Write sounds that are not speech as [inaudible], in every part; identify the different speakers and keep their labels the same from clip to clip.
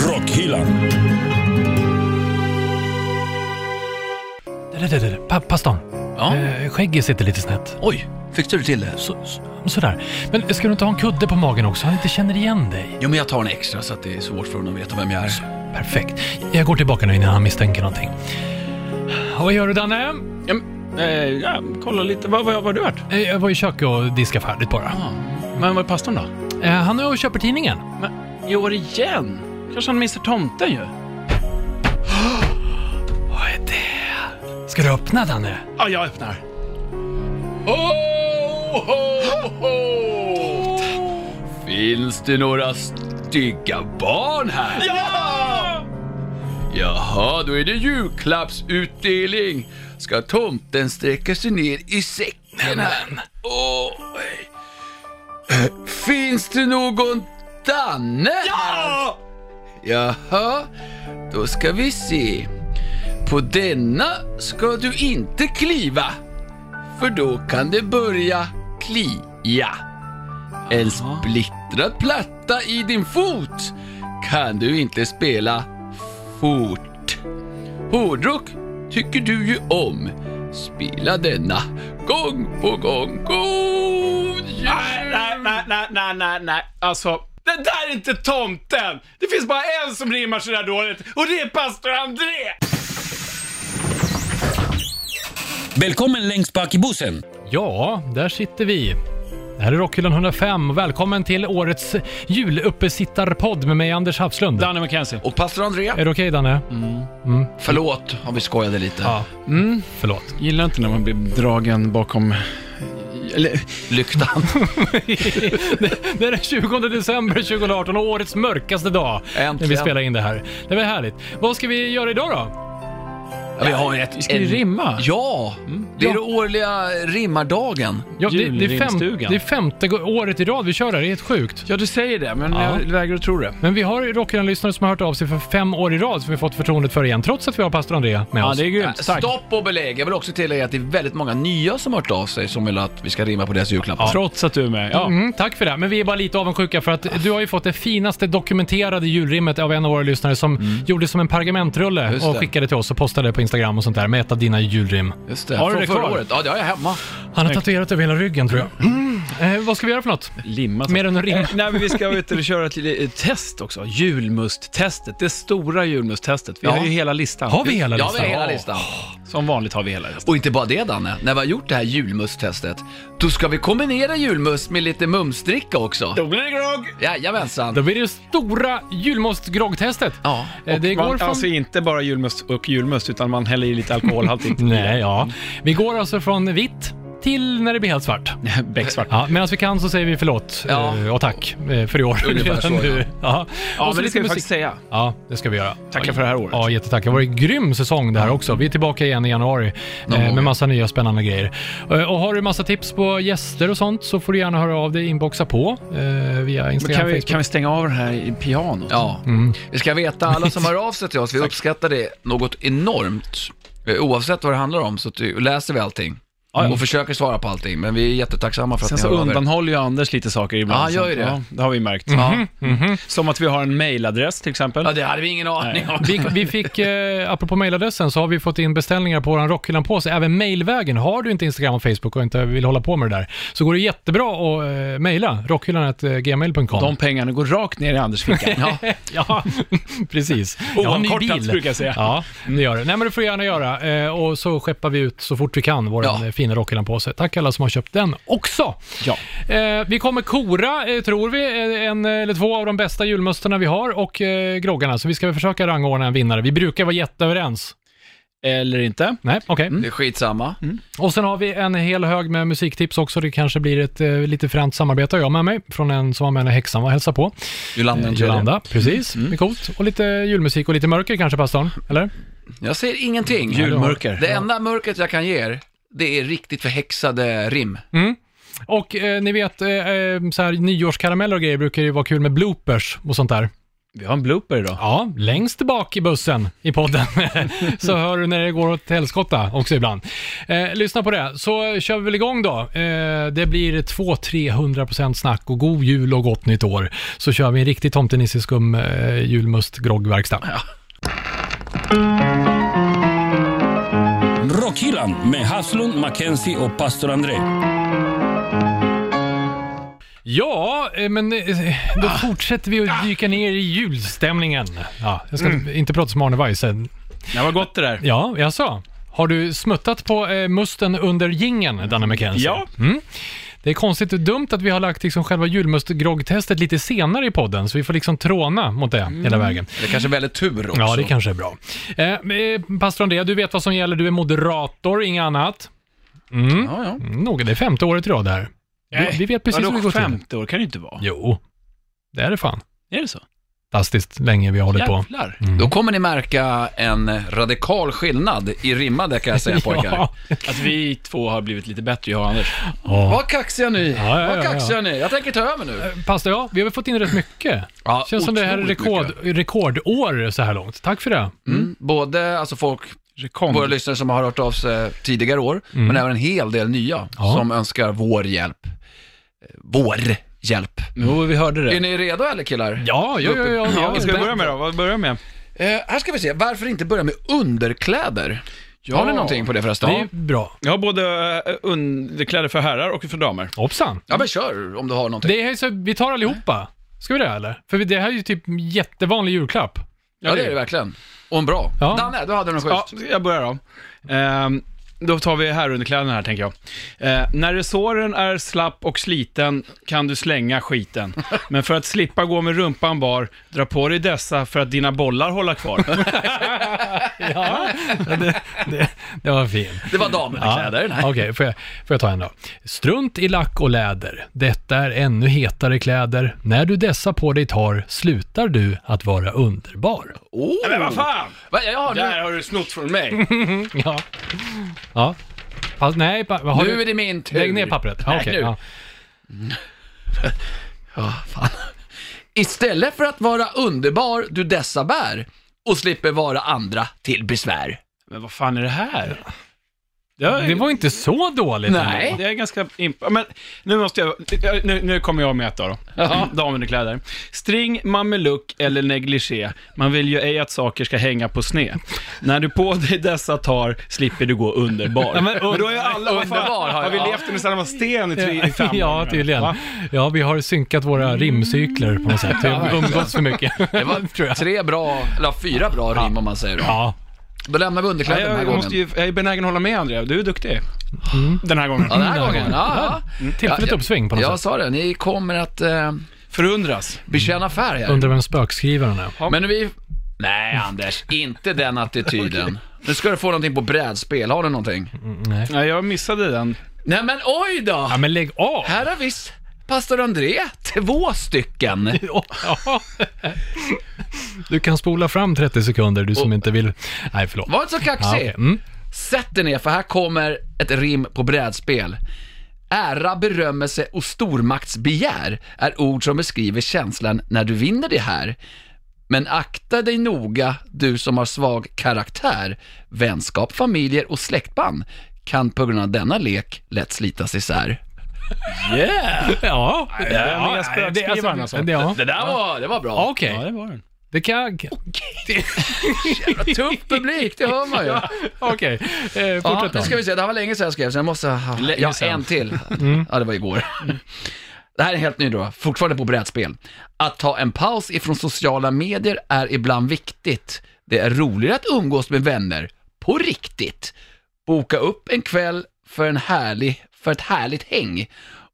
Speaker 1: bilen.
Speaker 2: Där, där, där, pa, pastorn.
Speaker 3: Ja.
Speaker 2: Eh, Skägget sitter lite snett.
Speaker 3: Oj, fixade du till det?
Speaker 2: Så, så, sådär. Men ska du inte ha en kudde på magen också? Han inte känner igen dig.
Speaker 3: Jo, men jag tar en extra så att det är svårt för honom att veta vem jag är.
Speaker 2: Perfekt. Jag går tillbaka nu innan han misstänker någonting. Vad gör du Danne?
Speaker 1: Ja, men, eh, ja, kolla lite. Vad vad- vad har du varit?
Speaker 2: Eh, Jag var i köket och diskade färdigt bara.
Speaker 3: Ja.
Speaker 1: Men var är pastorn då?
Speaker 2: Eh, Han är och köper tidningen.
Speaker 1: Men i år igen? Kanske han missar tomten ju.
Speaker 2: Vad är det? Ska du öppna Danne?
Speaker 1: Ja, jag öppnar. Oh, ho, ho.
Speaker 3: Finns det några stygga barn här?
Speaker 1: Ja!
Speaker 3: Jaha, då är det julklappsutdelning. Ska tomten sträcka sig ner i säcken här? Oj. Eh, Finns det någon Danne?
Speaker 1: Ja!
Speaker 3: Jaha, då ska vi se. På denna ska du inte kliva, för då kan det börja klia. En splittrad platta i din fot kan du inte spela fort. Hårdrock tycker du ju om. Spela denna gång på gång. God jul!
Speaker 1: Nej, nej, nej, nej, nej, nej. Alltså, det där är inte tomten! Det finns bara en som rimmar sådär dåligt och det är pastor André!
Speaker 4: Välkommen längst bak i bussen.
Speaker 2: Ja, där sitter vi. Det här är Rockhyllan 105. Välkommen till årets juluppesittarpodd med mig Anders Hafslund.
Speaker 1: Danne McKenzie.
Speaker 3: Och pastor Andrea,
Speaker 2: är det okej Danne?
Speaker 3: förlåt om vi skojade lite.
Speaker 2: Mm, förlåt.
Speaker 1: Gillar inte när man blir dragen bakom... Eller,
Speaker 3: [laughs]
Speaker 1: [laughs]
Speaker 3: Lyktan.
Speaker 2: Det är den 20 december 2018 och årets mörkaste dag när vi
Speaker 3: Äntligen.
Speaker 2: spelar in det här. Det var härligt. Vad ska vi göra idag då?
Speaker 3: Ja, vi har ett,
Speaker 1: ska ju rimma. Mm.
Speaker 3: Ja, det är
Speaker 2: Ja.
Speaker 3: den årliga rimmardagen.
Speaker 2: Ja, det, det, är fem,
Speaker 1: Julrimstugan.
Speaker 2: det är femte gå- året i rad vi kör det här. Det är helt sjukt.
Speaker 1: ja, du säger det, men
Speaker 2: Ja.
Speaker 1: jag vägrar att tro det.
Speaker 2: Men vi har ju Rockhyllan-lyssnare som har hört av sig för fem år i rad som vi fått förtroendet för igen, trots att vi har pastor Andrea med oss.
Speaker 1: grymt.
Speaker 3: Äh, Stopp och belägg. Jag vill också tillägga att det är väldigt många nya som hört av sig som vill att vi ska rimma på deras julklappar.
Speaker 1: Trots att du är med. Ja.
Speaker 2: Mm, tack för det, men vi är bara lite avundsjuka för att du har ju fått det finaste dokumenterade julrimmet av en av våra lyssnare som gjorde som en pergamentrulle
Speaker 3: Mm. Just
Speaker 2: och
Speaker 3: det.
Speaker 2: skickade till oss och postade det på Instagram och sånt där med ett av dina julrim.
Speaker 3: Just det.
Speaker 1: Har du
Speaker 3: Från
Speaker 1: det
Speaker 3: förra
Speaker 1: kvar?
Speaker 3: året. Ja, det har jag hemma.
Speaker 2: Han har tatuerat över hela ryggen tror jag. Mm. Eh, vad ska vi göra för något?
Speaker 1: Limmat.
Speaker 2: Mer än att rimma.
Speaker 1: [laughs] Nej, men vi ska ut och köra ett litet eh, test också. Julmusttestet. Det stora julmusttestet. Vi
Speaker 3: Ja.
Speaker 1: har ju hela listan.
Speaker 2: Har vi hela
Speaker 3: ja,
Speaker 2: listan?
Speaker 3: vi har hela listan.
Speaker 1: Som vanligt har vi hela listan.
Speaker 3: Och inte bara det Danne, när vi har gjort det här julmusttestet, då ska vi kombinera julmust med lite mumsdricka också.
Speaker 1: Då blir det grogg!
Speaker 3: Jajamensan.
Speaker 2: Då blir det stora julmostgroggtestet.
Speaker 3: Ja.
Speaker 2: Eh, det går
Speaker 1: man,
Speaker 2: från...
Speaker 1: Alltså inte bara julmust och julmust, utan man häller i lite alkoholhaltigt. [laughs]
Speaker 2: Nej, ja. Vi går alltså från vitt till när det blir helt svart.
Speaker 1: Becksvart.
Speaker 2: Ja, medan vi kan så säger vi förlåt
Speaker 3: Ja.
Speaker 2: eh, och tack eh, för i år. [laughs]
Speaker 3: Ungefär så,
Speaker 2: Redan
Speaker 3: ja.
Speaker 2: nu. ja.
Speaker 1: Ja,
Speaker 2: Och så
Speaker 1: men det
Speaker 2: lite
Speaker 1: ska vi
Speaker 2: musik.
Speaker 1: faktiskt säga.
Speaker 2: Ja, det ska vi göra.
Speaker 1: Tackar för det här året.
Speaker 2: Ja, jättetack. Det har varit en grym säsong det här också. Vi är tillbaka igen i januari
Speaker 3: Någon
Speaker 2: eh, med
Speaker 3: gång.
Speaker 2: massa nya spännande grejer. Eh, Och har du massa tips på gäster och sånt så får du gärna höra av dig, inboxa på eh, via
Speaker 1: Men
Speaker 2: Instagram,
Speaker 1: kan, vi,
Speaker 2: Facebook.
Speaker 1: kan vi stänga av den här i pianot?
Speaker 3: Ja.
Speaker 2: Mm.
Speaker 3: Vi ska veta, alla som hör av sig till
Speaker 2: [laughs]
Speaker 3: oss, vi uppskattar det något enormt. Eh, Oavsett vad det handlar om så ty- läser vi allting. Och försöker svara på allting, men vi är jättetacksamma för att
Speaker 1: Sen
Speaker 3: ni
Speaker 1: så
Speaker 3: hör av er.
Speaker 1: undanhåller ju Anders lite saker ibland.
Speaker 3: Ja, han gör ju
Speaker 1: så-
Speaker 3: det.
Speaker 1: Ja, det Mm. har vi märkt.
Speaker 2: Mm.
Speaker 3: Ja.
Speaker 1: Som att vi har en mailadress till exempel.
Speaker 3: ja, det hade vi ingen aning om.
Speaker 2: Vi, vi fick, eh, apropå mailadressen, så har vi fått in beställningar på vår Rockhyllan-påse, även mailvägen. Har du inte Instagram och Facebook och inte vill hålla på med det där, så går det jättebra att eh, mejla eh, rockhyllan.gmail.com.
Speaker 1: De [laughs] pengarna går rakt ner i Anders [laughs] ficka.
Speaker 3: Ja.
Speaker 2: Ja, precis.
Speaker 1: Oavkortat, brukar jag säga.
Speaker 2: Ja, det gör det. Nej, men det får du gärna göra. Eh, och så skeppar vi ut så fort vi kan vår
Speaker 3: Ja.
Speaker 2: eh, fina Rockhyllan-påse. Tack alla som har köpt den också.
Speaker 1: Ja.
Speaker 2: Eh, vi kommer kora, eh, tror vi, eh, en eller två av de bästa julmusterna vi har och eh, groggarna. Så vi ska väl försöka rangordna en vinnare. Vi brukar vara jätteöverens.
Speaker 1: Eller inte.
Speaker 2: Nej, okej.
Speaker 3: Det är skitsamma.
Speaker 2: Och sen har vi en hel hög med musiktips också. Det kanske blir ett eh, lite fränt samarbete har jag med mig från en som var med när häxan var och hälsade på.
Speaker 3: Jolanda och Jerry.
Speaker 2: Jolanda, precis. Det är coolt. Och lite julmusik och lite mörker kanske, pastorn? Eller?
Speaker 3: Jag säger ingenting.
Speaker 1: Julmörker.
Speaker 3: Det enda mörkret jag kan ge er, det är riktigt förhäxade rim.
Speaker 2: Och eh, ni vet, eh, eh, så här, nyårskarameller och grejer brukar ju vara kul med bloopers och sånt där.
Speaker 1: Vi har en blooper idag.
Speaker 2: Ja, längst bak i bussen i podden [laughs] så hör du när det går åt helskotta också ibland. Eh, lyssna på det, så kör vi väl igång då. Eh, det blir 200-300% snack och god jul och gott nytt år. Så kör vi en riktig tomtenisseskum eh, julmust groggverkstad.
Speaker 4: Rockhyllan med Haslund, Mackenzie och pastor André.
Speaker 2: Ja, eh, men eh, då fortsätter vi att dyka ner i julstämningen. Ja, jag ska inte prata som Arne Weise.
Speaker 1: Det var gott det där.
Speaker 2: Ja, jag sa. Har du smuttat på eh, musten under gingen, Danne McKenzie?
Speaker 1: Ja.
Speaker 2: Mm. Det är konstigt och dumt att vi har lagt liksom själva julmustgroggtestet lite senare i podden, så vi får liksom tråna mot det hela vägen.
Speaker 3: Det kanske är väldigt tur också.
Speaker 2: Ja, det kanske är bra. Eh, Eh, Pastor André, du vet vad som gäller. Du är moderator, inget annat. Mm.
Speaker 3: Ja, ja.
Speaker 2: Mm, Nog, det är femte året i rad där.
Speaker 1: Nej,
Speaker 2: Vi vet precis hur
Speaker 1: Vadå,
Speaker 2: det går till.
Speaker 1: femte år kan det ju inte vara.
Speaker 2: Jo, det är det fan.
Speaker 1: Är det så?
Speaker 2: Fantastiskt länge vi har hållit på.
Speaker 1: Jävlar.
Speaker 3: Då kommer ni märka en radikal skillnad i rimma, det kan jag säga pojkar.
Speaker 2: [laughs] Ja.
Speaker 1: Att vi två har blivit lite bättre, jag och Anders.
Speaker 2: Ja.
Speaker 3: Vad kaxiga ni
Speaker 2: Ja, ja,
Speaker 3: Vad
Speaker 2: ja,
Speaker 3: kaxiga ni Jag tänker ta över nu.
Speaker 2: Pastor, ja, vi har väl fått in rätt mycket.
Speaker 3: Ja,
Speaker 2: Känns som det här är
Speaker 3: otroligt
Speaker 2: rekord,
Speaker 3: mycket.
Speaker 2: rekordår så här långt. Tack för det.
Speaker 3: Mm. Både alltså folk,
Speaker 1: Rekond.
Speaker 3: våra lyssnare som har hört av sig tidigare år, men även en hel del nya
Speaker 2: Mm. Ja.
Speaker 3: som önskar vår hjälp. Eh, Vår hjälp.
Speaker 1: Jo, vi hörde
Speaker 3: Är
Speaker 1: det.
Speaker 3: ni redo eller killar?
Speaker 2: Ja, ja, ja. ja, ja.
Speaker 1: Vad ska vi börja med då? Vad börjar vi med?
Speaker 3: Eh, här ska vi se, varför inte börja med underkläder?
Speaker 1: Ja.
Speaker 3: Har ni någonting på det förresten?
Speaker 2: Det är bra.
Speaker 1: Jag har både eh, underkläder för herrar och för damer.
Speaker 2: Hoppsan.
Speaker 3: Ja men kör om du har någonting.
Speaker 2: Det här är så, vi tar allihopa. Ska vi det eller? För det här är ju typ en jättevanlig julklapp.
Speaker 3: Ja det är det verkligen. Och en bra.
Speaker 2: Ja.
Speaker 3: Danne, du hade något
Speaker 1: Ja,
Speaker 3: schysst.
Speaker 1: jag börjar då. Ehm, då tar vi här underkläderna här, tänker jag. Eh, när resåren är slapp och sliten kan du slänga [laughs] skiten. Men för att slippa gå med rumpan bar, dra på dig dessa för att dina bollar hålla kvar.
Speaker 2: [laughs] Ja, det, det, det var fint.
Speaker 3: Det var damerkläder.
Speaker 2: Ja, Okej, får, jag, får jag ta en då? Strunt i lack och läder. Detta är ännu hetare kläder. När du dessa på dig tar slutar du att vara underbar.
Speaker 3: Oh.
Speaker 1: [laughs] Men vad fan!
Speaker 3: Va, jag har,
Speaker 1: Där
Speaker 3: nu,
Speaker 1: har du snott från [laughs] mig.
Speaker 2: Ja. Ja. Fast, nej, pa, har
Speaker 3: nu
Speaker 2: du,
Speaker 3: är det min tur.
Speaker 2: lägg ner pappret. Ja,
Speaker 3: Nej,
Speaker 2: okej,
Speaker 3: nu.
Speaker 2: ja.
Speaker 3: Ja, Ah, fan. Istället för att vara underbar du dessa bär och slipper vara andra till besvär.
Speaker 1: Men vad fan är det här? Det, har-
Speaker 2: Det var inte så dåligt.
Speaker 3: Nej.
Speaker 1: det är ganska imp- Men nu måste jag... Nu, nu kommer jag med ett då. Mm, då. Damunderkläder. String, mameluck eller negligé. Man vill ju ej att saker ska hänga på sne. När du på dig dessa tar slipper du gå underbar. men, då är ju alla... vad fan,
Speaker 3: underbar har
Speaker 1: har
Speaker 3: jag.
Speaker 1: vi levt under samma sten i tre, i fem
Speaker 2: Ja,
Speaker 1: år nu?
Speaker 2: tydligen.
Speaker 1: Va?
Speaker 2: Ja, vi har synkat våra rimcykler på något sätt. Vi har umgåtts för mycket.
Speaker 3: [laughs] Det var tre bra, eller fyra bra rim om man säger då.
Speaker 2: Ja,
Speaker 3: Då lämnar vi
Speaker 1: Ja,
Speaker 3: underkläder den här
Speaker 1: jag, jag,
Speaker 3: gången.
Speaker 1: måste ju, jag är benägen att hålla med Andrea, du är duktig. Den här gången.
Speaker 3: Ja, den här gången. Ja, ja.
Speaker 2: tillfälligt
Speaker 3: Ja,
Speaker 2: uppsving på något
Speaker 3: Jag
Speaker 2: sätt.
Speaker 3: sa det, ni kommer att eh,
Speaker 1: Förundras.
Speaker 3: bekänna färg här.
Speaker 2: Undrar vem spökskrivaren är.
Speaker 3: Men vi... Nej Anders, inte den attityden. Nu ska du få någonting på brädspel, har du någonting?
Speaker 2: Nej.
Speaker 1: Ja, jag missade den.
Speaker 3: Nej men oj då!
Speaker 2: Ja, men lägg av!
Speaker 3: Här har visst pastor André två stycken.
Speaker 2: [laughs] Ja. Du kan spola fram 30 sekunder, du som inte vill... Nej, förlåt.
Speaker 3: Var inte så kaxig.
Speaker 2: Ja, okej. mm.
Speaker 3: Sätt dig ner för här kommer ett rim på brädspel. Ära, berömmelse och stormaktsbegär är ord som beskriver känslan när du vinner det här. Men akta dig noga, du som har svag karaktär. Vänskap, familjer och släktband kan på grund av denna lek lätt slitas isär.
Speaker 1: Yeah!
Speaker 2: Ja,
Speaker 1: det är
Speaker 2: Ja,
Speaker 1: med spökskrivaren alltså.
Speaker 2: det- Ja,
Speaker 3: Det där var, det var
Speaker 2: Ja,
Speaker 3: bra.
Speaker 2: okej.
Speaker 1: Ja, det var den.
Speaker 2: Det kan... Okej.
Speaker 3: Tuff publik, det hör [laughs] man ju.
Speaker 2: [laughs] Okej, eh,
Speaker 3: Ja,
Speaker 2: fortsätt
Speaker 3: nu
Speaker 2: då.
Speaker 3: ska vi se. Det här var länge sedan jag skrev, så jag måste ha
Speaker 1: Länge
Speaker 3: ja,
Speaker 1: sedan.
Speaker 3: en [laughs] till. Mm. Ja, det var igår. Det här är helt ny då, fortfarande på brädspel. Att ta en paus ifrån sociala medier är ibland viktigt. Det är roligare att umgås med vänner, på riktigt. Boka upp en kväll för, en härlig, för ett härligt häng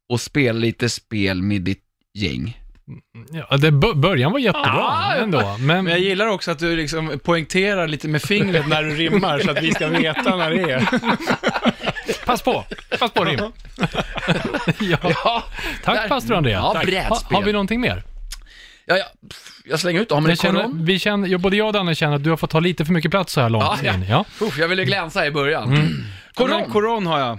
Speaker 3: och spela lite spel med ditt gäng.
Speaker 2: Ja, det, bör- början var jättebra
Speaker 3: Ah,
Speaker 2: ändå, men...
Speaker 1: Men jag gillar också att du liksom poängterar lite med fingret när du rimmar så att vi ska veta när det är.
Speaker 2: Pass på! Pass på rim. [laughs] ja.
Speaker 3: Ja,
Speaker 2: Tack
Speaker 3: där-
Speaker 2: pastor Andrea.
Speaker 3: Ja,
Speaker 2: Tack. ha,
Speaker 3: brädspel.
Speaker 2: har vi någonting mer?
Speaker 3: ja, ja, pff, jag slänger ut, har man en
Speaker 2: Jag känner,
Speaker 3: kolumn?
Speaker 2: vi känner, både jag och Danne känner att du har fått ta lite för mycket plats så här långt.
Speaker 3: Ja, ja.
Speaker 2: in. Ja.
Speaker 3: Uff, Jag ville glänsa i början.
Speaker 1: Koron. Koron har jag.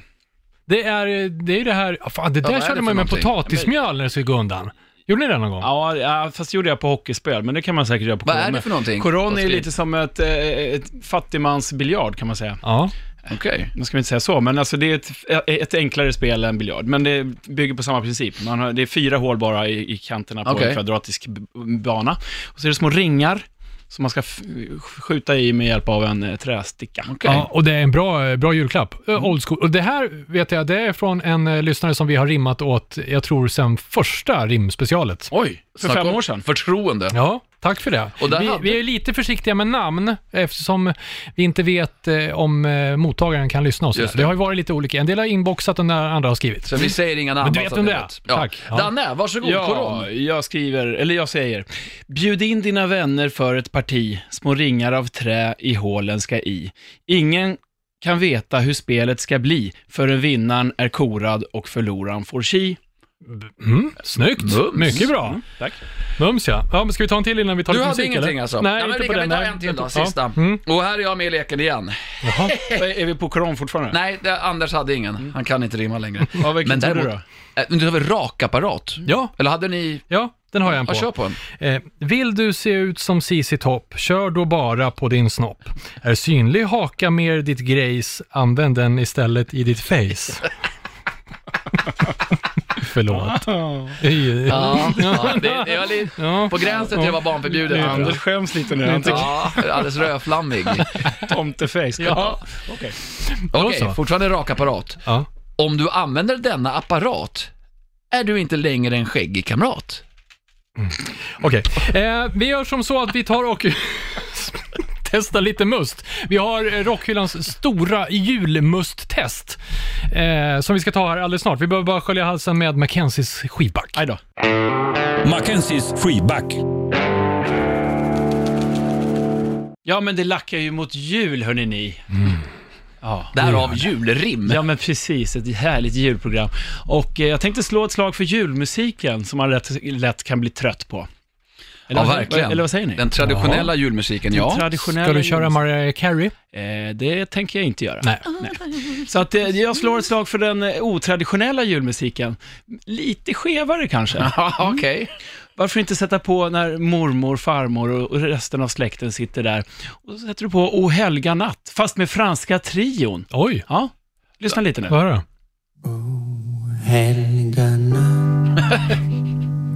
Speaker 2: Det är det, är det här, ah, fan, det där
Speaker 3: vad är
Speaker 2: körde
Speaker 3: det
Speaker 2: man ju med
Speaker 3: för någonting?
Speaker 2: potatismjöl när det skulle gå undan. Gjorde ni det någon gång?
Speaker 1: Ja, ja, fast det gjorde jag på hockeyspel, men det kan man säkert göra på
Speaker 3: Vad
Speaker 1: koron.
Speaker 3: är det för någonting?
Speaker 1: Koron är
Speaker 3: Vad ska-
Speaker 1: ju lite som ett, eh, ett fattigmansbiljard kan man säga.
Speaker 2: Ja.
Speaker 3: Okej.
Speaker 1: Nu ska vi inte säga så, men alltså det är ett, ett enklare spel än biljard. Men det bygger på samma princip. Man har, det är fyra hål bara i, i kanterna på
Speaker 3: Okej.
Speaker 1: en kvadratisk b- bana. Och så är det små ringar som man ska f- skjuta i med hjälp av en eh, trästicka.
Speaker 3: Okej.
Speaker 2: Ja, och det är en bra, bra julklapp. Mm. Old school. Och det här vet jag, det är från en eh, lyssnare som vi har rimmat åt, jag tror sen första rimspecialet.
Speaker 3: Oj,
Speaker 1: För
Speaker 3: snacka
Speaker 1: fem
Speaker 3: om
Speaker 1: år sedan.
Speaker 3: Förtroende.
Speaker 2: Ja, tack för det.
Speaker 3: Och där
Speaker 2: vi,
Speaker 3: hade-
Speaker 2: vi är lite försiktiga med namn eftersom vi inte vet eh, om eh, mottagaren kan lyssna och så
Speaker 3: Just
Speaker 2: där.
Speaker 3: det.
Speaker 2: det har ju varit lite olika. En del har inboxat och den andra har skrivit.
Speaker 3: Så vi säger inga namn.
Speaker 2: Men du vet
Speaker 3: alltså,
Speaker 2: vem
Speaker 3: ni
Speaker 2: det är.
Speaker 3: Ja.
Speaker 2: Tack. Ja.
Speaker 3: Danne, varsågod. Koron.
Speaker 1: Ja, jag skriver, eller jag säger, bjud in dina vänner för ett parti, små ringar av trä i hålen ska i. Ingen kan veta hur spelet ska bli förrän vinnaren är korad och förloraren får chi.
Speaker 2: Mm, snyggt!
Speaker 3: Mums.
Speaker 2: Mycket bra!
Speaker 1: tack.
Speaker 2: Mums ja. ja men ska vi ta en till innan vi tar
Speaker 3: Du
Speaker 2: lite
Speaker 3: hade
Speaker 2: musik,
Speaker 3: ingenting
Speaker 2: eller?
Speaker 3: alltså? ja,
Speaker 2: Nej,
Speaker 3: men
Speaker 2: inte
Speaker 3: vi
Speaker 2: på
Speaker 3: kan
Speaker 2: den.
Speaker 3: väl ta
Speaker 2: Nej.
Speaker 3: en till då,
Speaker 2: Ja.
Speaker 3: sista.
Speaker 2: Mm.
Speaker 3: Och här är jag med i leken igen. [laughs]
Speaker 2: Jaha.
Speaker 1: Är vi på koran fortfarande?
Speaker 3: Nej, det, Anders hade
Speaker 2: Mm.
Speaker 3: ingen. Han kan inte rimma
Speaker 2: [laughs]
Speaker 3: längre.
Speaker 1: Ja, vilken
Speaker 3: Men
Speaker 1: tror du
Speaker 3: däremot-
Speaker 1: då?
Speaker 3: Äh, men du har väl rakapparat?
Speaker 2: Ja,
Speaker 3: Eller hade ni...
Speaker 2: ja, den har jag en
Speaker 3: Ja,
Speaker 2: på.
Speaker 3: kör på en.
Speaker 2: Eh, vill du se ut som CC Topp, kör då bara på din snopp. Är synlig haka mer ditt grejs, använd den istället i
Speaker 3: [laughs]
Speaker 2: ditt face. Förlåt. ja.
Speaker 3: Ja,
Speaker 2: [laughs]
Speaker 3: ja det, det var lite...
Speaker 2: Ja.
Speaker 3: På gränsen till att vara barnförbjudet.
Speaker 1: Anders skäms lite nu, han tycker
Speaker 3: Ja, alldeles rödflammig.
Speaker 1: tomteface.
Speaker 2: Ja.
Speaker 1: Okej.
Speaker 2: Då
Speaker 3: Okej,
Speaker 2: så.
Speaker 3: fortfarande rakapparat.
Speaker 2: Ja.
Speaker 3: Om du använder denna apparat är du inte längre en skäggig kamrat.
Speaker 2: Okej, eh, vi gör som så att vi tar och [laughs] testar lite must. Vi har eh, Rockhyllans stora julmusttest eh, som vi ska ta här alldeles snart. Vi behöver bara skölja halsen med Mackenzies skivback.
Speaker 1: Aj då.
Speaker 4: Mackenzies skivback.
Speaker 1: Ja, men det lackar ju mot jul, hörni ni. Ja.
Speaker 3: Därav julrim.
Speaker 1: [laughs] Ja men precis, ett härligt julprogram. Och eh, jag tänkte slå ett slag för julmusiken som man lätt, lätt kan bli trött på. Eller,
Speaker 3: Ja, verkligen.
Speaker 1: Eller vad säger ni?
Speaker 3: Den traditionella julmusiken, ja.
Speaker 1: traditionella
Speaker 2: Ska du köra
Speaker 1: julmusik-
Speaker 2: Mariah Carey?
Speaker 1: Eh, det tänker jag inte göra.
Speaker 2: Nej.
Speaker 1: Så att, eh, jag slår ett slag för den eh, otraditionella julmusiken. Lite skevare kanske.
Speaker 3: [laughs] Ja, okej.
Speaker 1: Varför inte sätta på när mormor, farmor och och resten av släkten sitter där. Och så sätter du på O helga natt, fast med franska trion.
Speaker 2: Oj,
Speaker 1: Ja, lyssna lite nu.
Speaker 2: vad är det?
Speaker 5: Helga natt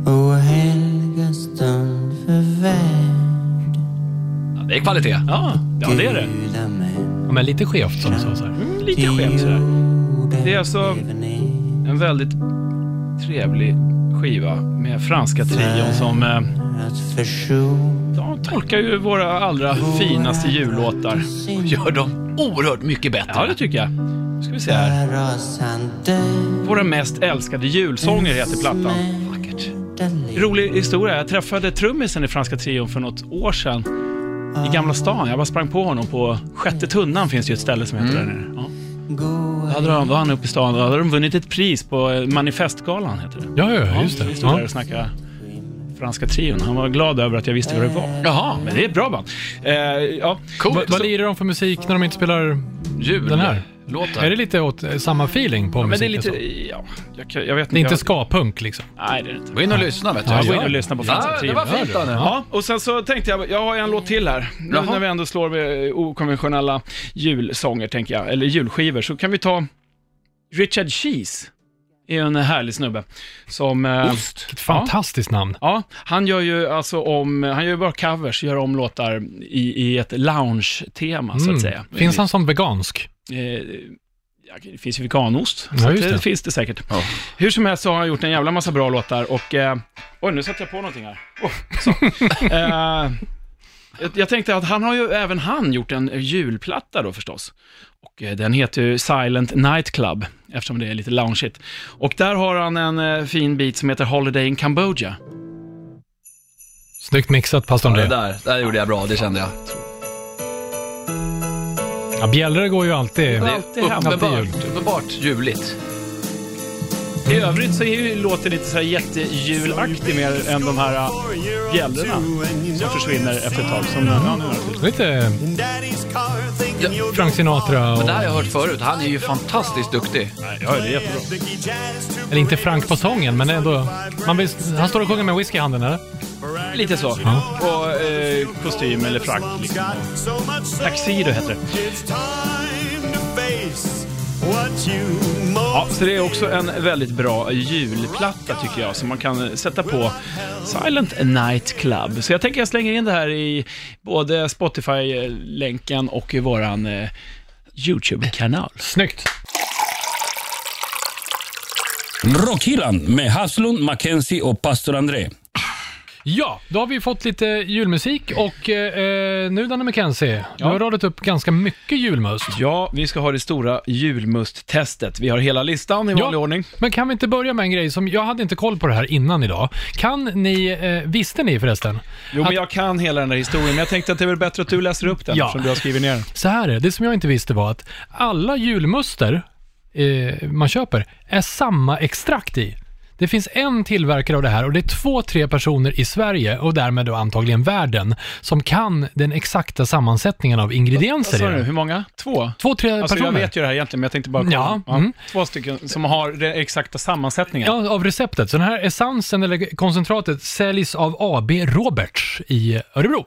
Speaker 5: och helga stund för värld
Speaker 1: Mm.
Speaker 3: Ja, Det är kvalitet.
Speaker 1: Ja, ja det är det.
Speaker 5: Gula män
Speaker 2: Ja, men lite skevt som du sa så här.
Speaker 1: Lite skevt sådär. Det är alltså-
Speaker 5: lever ner
Speaker 1: En väldigt trevlig skiva med franska trion som eh,
Speaker 5: att försona
Speaker 1: de tolkar ju våra allra finaste jullåtar.
Speaker 3: Gör dem oerhört mycket
Speaker 1: Ja,
Speaker 3: bättre.
Speaker 1: det tycker jag. Nu ska vi se här.
Speaker 5: rasande
Speaker 1: Våra mest älskade julsånger heter plattan.
Speaker 3: Vackert.
Speaker 1: Rolig historia, jag träffade trummisen i franska trion för något år sedan
Speaker 2: Ah.
Speaker 1: i Gamla stan. Jag bara sprang på honom på Sjätte tunnan finns ju ett ställe som
Speaker 2: Mm.
Speaker 1: heter där nere. Ja. Då hade de, var han uppe i stan, då hade de vunnit ett pris på eh, Manifestgalan heter det.
Speaker 2: Ja, ja, just det.
Speaker 1: Vi stod där
Speaker 2: Ja.
Speaker 1: och snackade franska trion. Han var glad över att jag visste vad det var.
Speaker 3: Jaha,
Speaker 1: Men det är ett bra band. Eh, ja.
Speaker 2: Vad-
Speaker 3: coolt.
Speaker 2: Vad lirar de för musik när de inte spelar?
Speaker 3: Jul.
Speaker 2: Den här.
Speaker 3: Låten.
Speaker 2: Är det lite åt eh, samma feeling på
Speaker 1: Men det är
Speaker 2: musiken?
Speaker 1: lite,
Speaker 2: så?
Speaker 1: ja, jag, kan- jag vet inte.
Speaker 2: Det är inte
Speaker 1: jag,
Speaker 2: ska-punk liksom?
Speaker 1: Nej, det är det inte.
Speaker 3: Gå in och lyssna, vet du.
Speaker 2: Ja,
Speaker 1: Jag går in
Speaker 2: det.
Speaker 1: och lyssnar på franska
Speaker 3: Ja,
Speaker 1: trion.
Speaker 3: det var fint, Danne.
Speaker 1: Ja, och sen så tänkte jag, jag har en låt till här. Nu
Speaker 3: Jaha.
Speaker 1: när vi ändå slår med eh, okonventionella julsånger, tänker jag, eller julskivor, så kan vi ta Richard Cheese. är ju en härlig snubbe som... eh,
Speaker 3: Ost.
Speaker 2: Vilket fantastiskt namn.
Speaker 1: Ja, han gör ju alltså om, han gör ju bara covers, gör om låtar i, i ett lounge-tema så att säga.
Speaker 2: Mm. Finns han som vegansk?
Speaker 1: Eh, ja, det finns ju veganost,
Speaker 2: Ja,
Speaker 1: så att
Speaker 2: just
Speaker 1: det,
Speaker 2: det.
Speaker 1: finns det säkert.
Speaker 3: Ja.
Speaker 1: Hur som helst så har han gjort en jävla massa bra låtar och... Eh, oj, nu satte jag på någonting här. Oh, så. eh, jag, jag tänkte att han har ju även han gjort en julplatta då förstås. Och eh, den heter ju Silent Night Club, eftersom det är lite loungeigt. Och där har han en eh, fin bit som heter Holiday in Cambodia.
Speaker 2: Snyggt mixat, pastor
Speaker 3: Det
Speaker 2: André.
Speaker 3: där, det där gjorde jag bra, det kände jag.
Speaker 2: Ja, bjällror går ju alltid...
Speaker 3: Det är
Speaker 1: Alltid hemma.
Speaker 3: uppenbart, uppenbart juligt.
Speaker 1: I övrigt så är ju låten lite så här jättejulaktig mer än de här äh, bjällrorna som försvinner efter ett tag. Som den, ja, nu är det.
Speaker 2: Lite Frank Sinatra och...
Speaker 3: Men det här har jag hört förut. Han är ju fantastiskt duktig.
Speaker 1: Nej, ja, det är jättebra.
Speaker 2: Eller inte Frank på sången, men ändå. Man vill, han står och sjunger med whisky i handen, eller?
Speaker 1: Lite så. Och eh, kostym eller frack. Liksom. Tuxedo heter det. Ja, så det är också en väldigt bra julplatta tycker jag, som man kan sätta på Silent Night Club. Så jag tänker jag slänger in det här i både Spotify-länken och i våran eh, YouTube-kanal.
Speaker 2: Snyggt!
Speaker 4: Rockhyllan med Haslund, Mackenzie och pastor André.
Speaker 2: Ja, då har vi fått lite julmusik och eh, nu Danne McKenzie, du har radat upp ganska mycket julmust.
Speaker 1: Ja, vi ska ha det stora julmusttestet. Vi har hela listan i vanlig ordning.
Speaker 2: Men kan vi inte börja med en grej som, jag hade inte koll på det här innan idag. Kan ni, eh, visste ni förresten?
Speaker 1: Jo, men jag kan hela den där historien, men jag tänkte att det är väl bättre att du läser upp den,
Speaker 2: Ja.
Speaker 1: som du har skrivit ner.
Speaker 2: Så här är det, det som jag inte visste var att alla julmuster eh, man köper är samma extrakt i. Det finns en tillverkare av det här och det är två, tre personer i Sverige och därmed då antagligen världen som kan den exakta sammansättningen av
Speaker 1: Vad
Speaker 2: ingredienser
Speaker 1: sa
Speaker 2: i
Speaker 1: du,
Speaker 2: den.
Speaker 1: hur många? Två?
Speaker 2: Två, tre
Speaker 1: Alltså
Speaker 2: personer.
Speaker 1: jag vet ju det här egentligen, men jag tänkte bara kolla.
Speaker 2: Ja,
Speaker 1: Ja,
Speaker 2: mm.
Speaker 1: Två stycken som har den exakta sammansättningen.
Speaker 2: Ja, av receptet. Så den här essensen eller koncentratet säljs av AB Roberts i Örebro.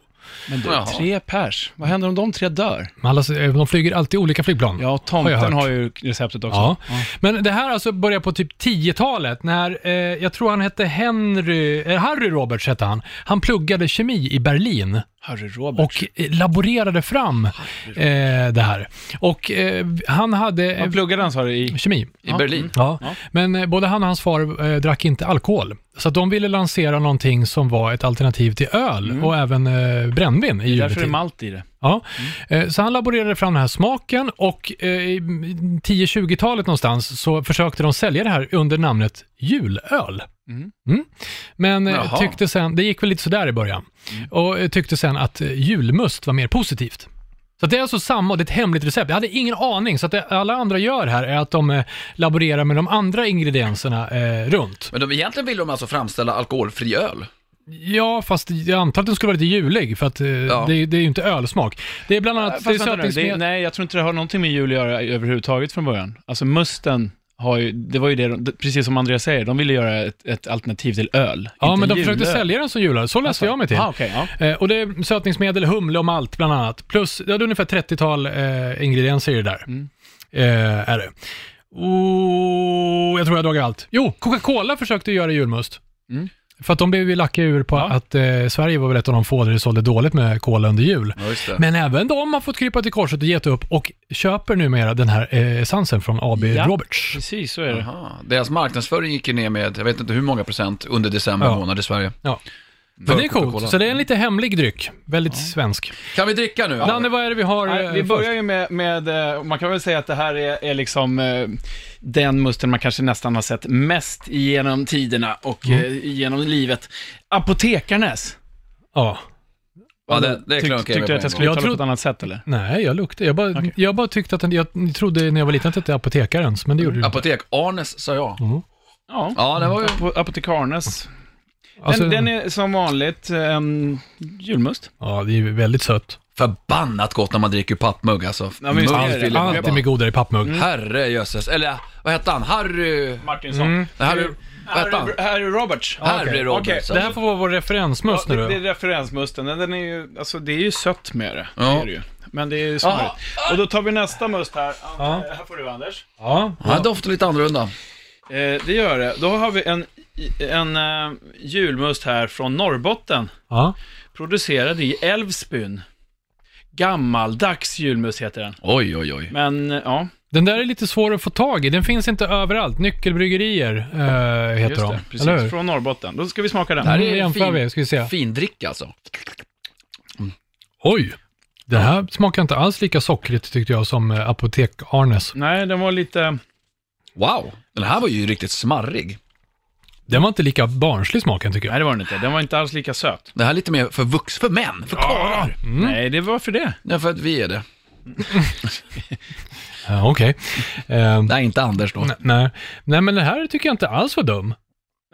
Speaker 1: Men du,
Speaker 3: Jaha.
Speaker 1: tre pers. Vad händer om de tre dör?
Speaker 2: Men Alla, de flyger alltid olika flygplan.
Speaker 1: Ja,
Speaker 2: jag
Speaker 1: tomten
Speaker 2: hört.
Speaker 1: har, ju receptet också.
Speaker 2: Ja. Men det här alltså börjar på typ 10-talet när, eh, jag tror han hette Henry, eh, Harry Roberts hette han. Han pluggade kemi i Berlin
Speaker 1: Harry Roberts.
Speaker 2: och eh, laborerade fram eh, det här. Och eh, han hade eh,
Speaker 1: Vad pluggade han sa du i?
Speaker 2: kemi.
Speaker 3: I Berlin.
Speaker 2: Ja, men eh, både han och hans far eh, drack inte alkohol. Så att de ville lansera någonting som var ett alternativ till öl och även eh, brännvin i
Speaker 1: Därför är Mm. det
Speaker 2: juletid.
Speaker 1: malt i det.
Speaker 2: Ja.
Speaker 1: Mm.
Speaker 2: Eh, Så han laborerade fram den här smaken och eh, i 10-20-talet någonstans så försökte de sälja det här under namnet julöl. Mm. Men eh,
Speaker 3: Jaha.
Speaker 2: tyckte sen, det gick väl lite sådär i början,
Speaker 1: Mm.
Speaker 2: och eh, tyckte sen att eh, julmust var mer positivt. Så att det är alltså samma, det är ett hemligt recept. Jag hade ingen aning, så att det alla andra gör här är att de eh, laborerar med de andra ingredienserna eh, runt.
Speaker 3: Men de, egentligen vill de alltså framställa alkoholfri öl.
Speaker 2: Ja, fast jag antar att den skulle vara lite julig, för att eh, det, det är ju inte ölsmak. Det är bland annat...
Speaker 1: Fast vänta nu, det,
Speaker 2: sötningsmedel-
Speaker 1: är- nej, jag tror inte det har någonting med jul att göra överhuvudtaget från början. Alltså musten har ju, det var ju det, de, precis som Andreas säger, de ville göra ett, ett alternativ till öl.
Speaker 2: Ja,
Speaker 1: inte
Speaker 2: men de
Speaker 1: julöl.
Speaker 2: försökte sälja den som julöl. Så läste jag mig till.
Speaker 1: Ah, okej, ja.
Speaker 2: Eh, och det är sötningsmedel, humle och malt bland annat. Plus, det är ungefär 30-tal eh, ingredienser i det där.
Speaker 1: Mm.
Speaker 2: Eh, är det. Oh, jag tror jag har dragit allt. Jo, Coca-Cola försökte göra julmust.
Speaker 1: Mm.
Speaker 2: För att de blev ju lacka ur på att eh, Sverige var väl ett av de få där det sålde dåligt med cola under jul.
Speaker 3: Ja, just det.
Speaker 2: Men även de har fått krypa till korset och gett upp och köper numera den här eh, essensen från AB
Speaker 1: Ja.
Speaker 2: Roberts.
Speaker 1: Precis, så är det.
Speaker 3: Aha. Deras marknadsföring gick ju ner med, jag vet inte hur många procent, under december
Speaker 2: Ja.
Speaker 3: månad i Sverige.
Speaker 2: Ja. Men det är
Speaker 3: Coca-Cola.
Speaker 2: coolt, så det är en lite hemlig dryck. Väldigt svensk.
Speaker 3: Kan vi dricka nu?
Speaker 2: Danne, vad är det vi har
Speaker 1: Nej,
Speaker 2: eh,
Speaker 1: vi börjar
Speaker 2: först?
Speaker 1: ju med, med, eh, man kan väl säga att det här är, är liksom eh, den musten man kanske nästan har sett mest genom tiderna och
Speaker 3: Mm.
Speaker 1: eh, genom livet. Apotekarnes.
Speaker 2: Ja.
Speaker 3: Ja, det, det är
Speaker 1: Tyck-
Speaker 3: klart okej
Speaker 1: tyckte du
Speaker 3: med
Speaker 1: att jag
Speaker 3: på en
Speaker 1: skulle
Speaker 2: Jag
Speaker 1: uttala det på
Speaker 2: trodde-
Speaker 1: ett annat sätt eller?
Speaker 2: Nej, jag luktade. Jag bara, jag bara tyckte att den, jag trodde när jag var liten att det hette apotekarens, men det gjorde
Speaker 3: gång.
Speaker 2: det inte.
Speaker 3: Apotek, Arnes sa jag.
Speaker 2: Mm.
Speaker 1: Ja.
Speaker 3: Ja, det var ju...
Speaker 1: Apo- Apotekarnes.
Speaker 2: Alltså,
Speaker 1: den, den är som vanligt en julmust.
Speaker 2: Ja, det är ju väldigt sött.
Speaker 3: Förbannat gott när man dricker ur pappmugg alltså.
Speaker 1: Ja, men visst är det.
Speaker 3: Mugg vill jag
Speaker 2: Allt är
Speaker 3: bara-
Speaker 2: mycket godare i pappmugg.
Speaker 1: Mm.
Speaker 3: Herre jösses. Eller vad hette han? Harry...
Speaker 1: Martinsson.
Speaker 3: Nej, Harry... Vad hette han?
Speaker 1: Harry, Harry Roberts.
Speaker 3: Harry
Speaker 1: okej.
Speaker 3: Roberts.
Speaker 2: Det här får vara vår referensmust
Speaker 1: Ja,
Speaker 2: nu
Speaker 1: det, det är
Speaker 2: då.
Speaker 1: referensmusten. Den, den är ju, alltså det är ju sött med det.
Speaker 3: Ja.
Speaker 1: det, är det ju. Men det är ju smörigt. Och då tar vi nästa must här.
Speaker 2: Ja.
Speaker 1: Här får du Anders.
Speaker 2: Ja.
Speaker 3: Ja, det doftar lite annorlunda.
Speaker 1: Eh, det gör det. Då har vi en, en eh, julmust här från Norrbotten.
Speaker 2: ja.
Speaker 1: Producerad i Älvsbyn. Gammaldags julmust heter den.
Speaker 3: Oj, oj, oj.
Speaker 1: Men eh, ja,
Speaker 2: Den där är lite svår att få tag i. Den finns inte överallt. Nyckelbryggerier eh, heter de.
Speaker 1: just det.
Speaker 2: Eller hur?
Speaker 1: Precis, från Mm, Norrbotten. Då ska vi smaka den.
Speaker 3: här
Speaker 2: Här
Speaker 3: är
Speaker 2: jämför
Speaker 3: fin-
Speaker 2: vi, ska vi se.
Speaker 3: Fin drick alltså.
Speaker 2: Oj! Det här smakar inte alls lika sockrigt tyckte jag som eh, apotek-Arnes.
Speaker 1: Nej, den var lite...
Speaker 3: Wow. Den här var ju riktigt smarrig.
Speaker 2: Den var inte lika barnslig smaken tycker jag.
Speaker 1: Nej, det var den inte. Den var inte alls lika söt.
Speaker 3: Det här är lite mer för vux, för män, för karlar.
Speaker 2: Mm.
Speaker 1: Nej, det var för det.
Speaker 3: Nej, för att vi är det.
Speaker 2: Ja, Okej. Eh,
Speaker 3: Nej, inte Anders då.
Speaker 2: n- nej. nej, men det här tycker jag inte alls var dum.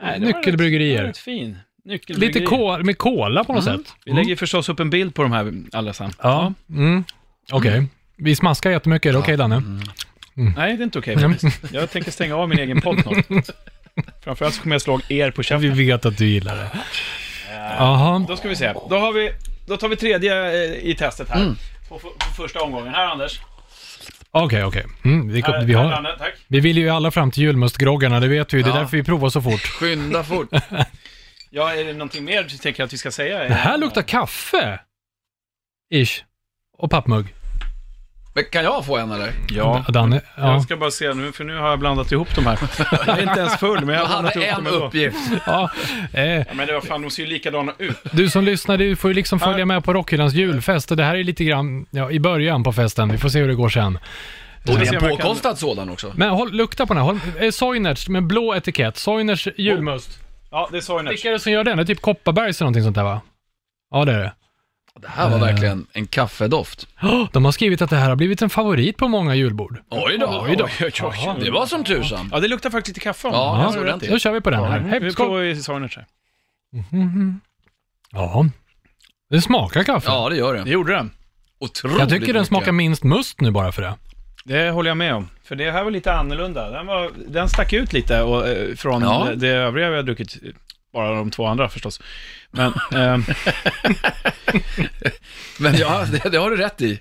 Speaker 1: Nej, det var
Speaker 2: Nyckelbryggerier.
Speaker 1: rätt- det var Rätt fin. Nyckelbryggerier.
Speaker 2: Lite kol, med kola på något
Speaker 1: Mm.
Speaker 2: sätt.
Speaker 1: Vi lägger förstås upp en bild på de här alla sen.
Speaker 2: Ja. Mm. Okej. Vi smaskar jättemycket, är det okej Danne?
Speaker 1: Nej, det är inte okej faktiskt. Jag tänker stänga av min egen
Speaker 2: [laughs]
Speaker 1: podd snart. Framförallt så kommer jag slå er på
Speaker 2: Vi
Speaker 1: käften.
Speaker 2: vet att du gillar det. Jaha.
Speaker 1: Då ska vi se. Då, har vi, då tar vi tredje eh, i testet här. På, f- på första omgången. Här Anders.
Speaker 2: Okej, okej. Mm, vi,
Speaker 1: Här,
Speaker 2: vi,
Speaker 1: här
Speaker 2: har,
Speaker 1: Äh, Danne, tack.
Speaker 2: vi vill ju alla fram till julmustgroggarna, det vet vi ju. Det är
Speaker 3: Ja.
Speaker 2: därför vi provar så fort.
Speaker 3: Skynda fort.
Speaker 1: Ja, är det någonting mer du tänker att vi ska säga?
Speaker 2: Det här luktar kaffe. Ish. Och pappmugg.
Speaker 3: Men kan jag få en eller?
Speaker 1: Ja.
Speaker 2: Danne. Ja.
Speaker 1: Jag ska bara se nu, för nu har jag blandat ihop de här. Jag är inte ens full, men jag
Speaker 3: Jag
Speaker 1: har
Speaker 3: hade
Speaker 1: blandat ihop dem
Speaker 3: en
Speaker 1: ändå.
Speaker 3: uppgift.
Speaker 2: ja. Eh,
Speaker 1: Ja, men det var fan, de ser ju likadana ut.
Speaker 2: du som lyssnar, du får ju liksom följa med på Rockhyllans julfest. Och det här är lite grann ja, i början på festen. Vi får se hur det går sen.
Speaker 3: Och det
Speaker 1: se
Speaker 3: är
Speaker 1: om
Speaker 3: en
Speaker 1: jag kan-
Speaker 3: påkostad sådan också.
Speaker 2: Men håll, lukta på den här. Håll, eh, Soinerts med blå etikett. Soinerts julmust.
Speaker 1: Ja, det sa ju Nerts.
Speaker 2: Vilka är det som gör den? Det är typ Kopparbergs eller någonting sånt där va? Ja, det är det.
Speaker 3: Det här var verkligen en kaffedoft.
Speaker 2: Åh, de har skrivit att det här har blivit en favorit på många julbord.
Speaker 3: Oj då.
Speaker 2: Oj då.
Speaker 3: Det var som tusan.
Speaker 1: Ja, det luktar faktiskt lite kaffe om
Speaker 3: Ja,
Speaker 1: det.
Speaker 3: jag
Speaker 1: har
Speaker 2: Ja,
Speaker 1: du
Speaker 3: tror
Speaker 1: rätt i.
Speaker 2: då kör vi på den här. Hej,
Speaker 1: Vi
Speaker 2: Mm. skål.
Speaker 1: provar ju Sarnerts här.
Speaker 2: Ja. Det smakar kaffe.
Speaker 3: Ja, det gör det.
Speaker 1: Det gjorde den.
Speaker 3: Otroligt
Speaker 2: Jag tycker den
Speaker 3: mycket.
Speaker 2: smakar minst must nu bara för det.
Speaker 1: Det håller jag med om. För det här var lite annorlunda. Den, var, den stack ut lite och, eh, från
Speaker 3: Ja.
Speaker 1: det, det övriga vi har druckit. Bara de två andra förstås. Men, [laughs] ehm,
Speaker 3: Men ja, [laughs] det, det har du rätt i.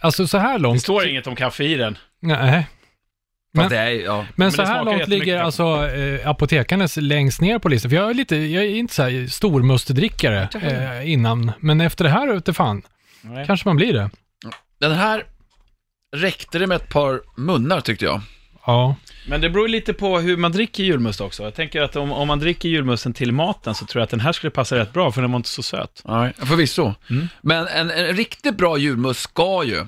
Speaker 2: Alltså så här
Speaker 1: det
Speaker 2: långt...
Speaker 1: står inget om kaffe i den.
Speaker 2: Nej. Men-
Speaker 3: Men, det är, ja.
Speaker 2: Men
Speaker 1: Men
Speaker 2: så
Speaker 1: det
Speaker 2: här
Speaker 1: smakar
Speaker 2: långt
Speaker 1: jättemycket
Speaker 2: ligger
Speaker 1: kaffe.
Speaker 2: alltså eh, apotekarnes längst ner på listan. För jag är lite, jag är inte så här stormustdrickare eh, innan. Men efter det här ute fan,
Speaker 1: Nej.
Speaker 2: kanske man blir det.
Speaker 3: Den här räckte det med ett par munnar tyckte jag.
Speaker 2: Ja.
Speaker 1: Men det beror ju lite på hur man dricker julmust också. Jag tänker att om, om man dricker julmusten till maten så tror jag att den här skulle passa rätt bra, för den var inte så söt.
Speaker 3: Nej. Förvisso. Men en, en riktigt bra julmust ska ju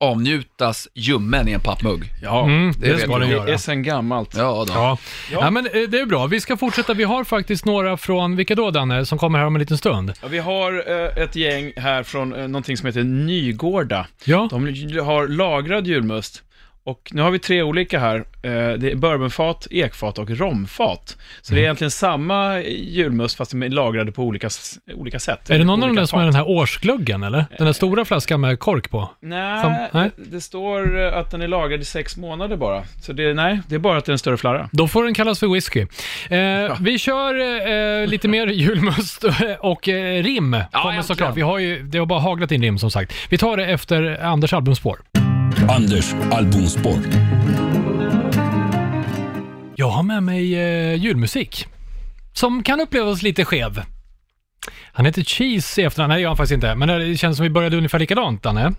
Speaker 3: avnjutas ljummen i en pappmugg.
Speaker 1: Ja,
Speaker 2: Mm, det ska den göra.
Speaker 1: är sen gammalt.
Speaker 3: Ja, då.
Speaker 2: Ja. ja. men eh, det är bra. Vi ska fortsätta. Vi har faktiskt några från, vilka då Danne, som kommer här om en liten stund?
Speaker 1: Ja, Vi har eh, ett gäng här från eh, någonting som heter Nygårda.
Speaker 2: Ja.
Speaker 1: De j- har lagrad julmust. Och nu har vi tre olika här. Eh, Det är bourbonfat, ekfat och romfat. Så
Speaker 2: Mm.
Speaker 1: det är egentligen samma julmust fast de är lagrade på olika, s- olika sätt.
Speaker 2: Är det någon av dem
Speaker 1: Olika
Speaker 2: där som är
Speaker 1: fat.
Speaker 2: den här årsgluggen eller? Den där stora flaskan med kork på?
Speaker 1: Nej,
Speaker 2: Som- nej?
Speaker 1: det- det står eh, att den är lagrad i sex månader bara. Så det, nej, det är bara att det är en större flarra.
Speaker 2: Då får den kallas för whisky. Eh, vi kör eh, lite mer julmust [laughs] och eh, rim. kommer
Speaker 3: äntligen.
Speaker 2: såklart. Vi har ju, det har bara haglat in rim som sagt. Vi tar det efter Anders albumspår.
Speaker 4: Anders albumspår.
Speaker 2: Jag har med mig eh, julmusik. Som kan upplevas lite skev. Han heter Cheese i efternamn. Nej, det gör han faktiskt inte. Men eh, det känns som vi började ungefär likadant, Danne. Eh,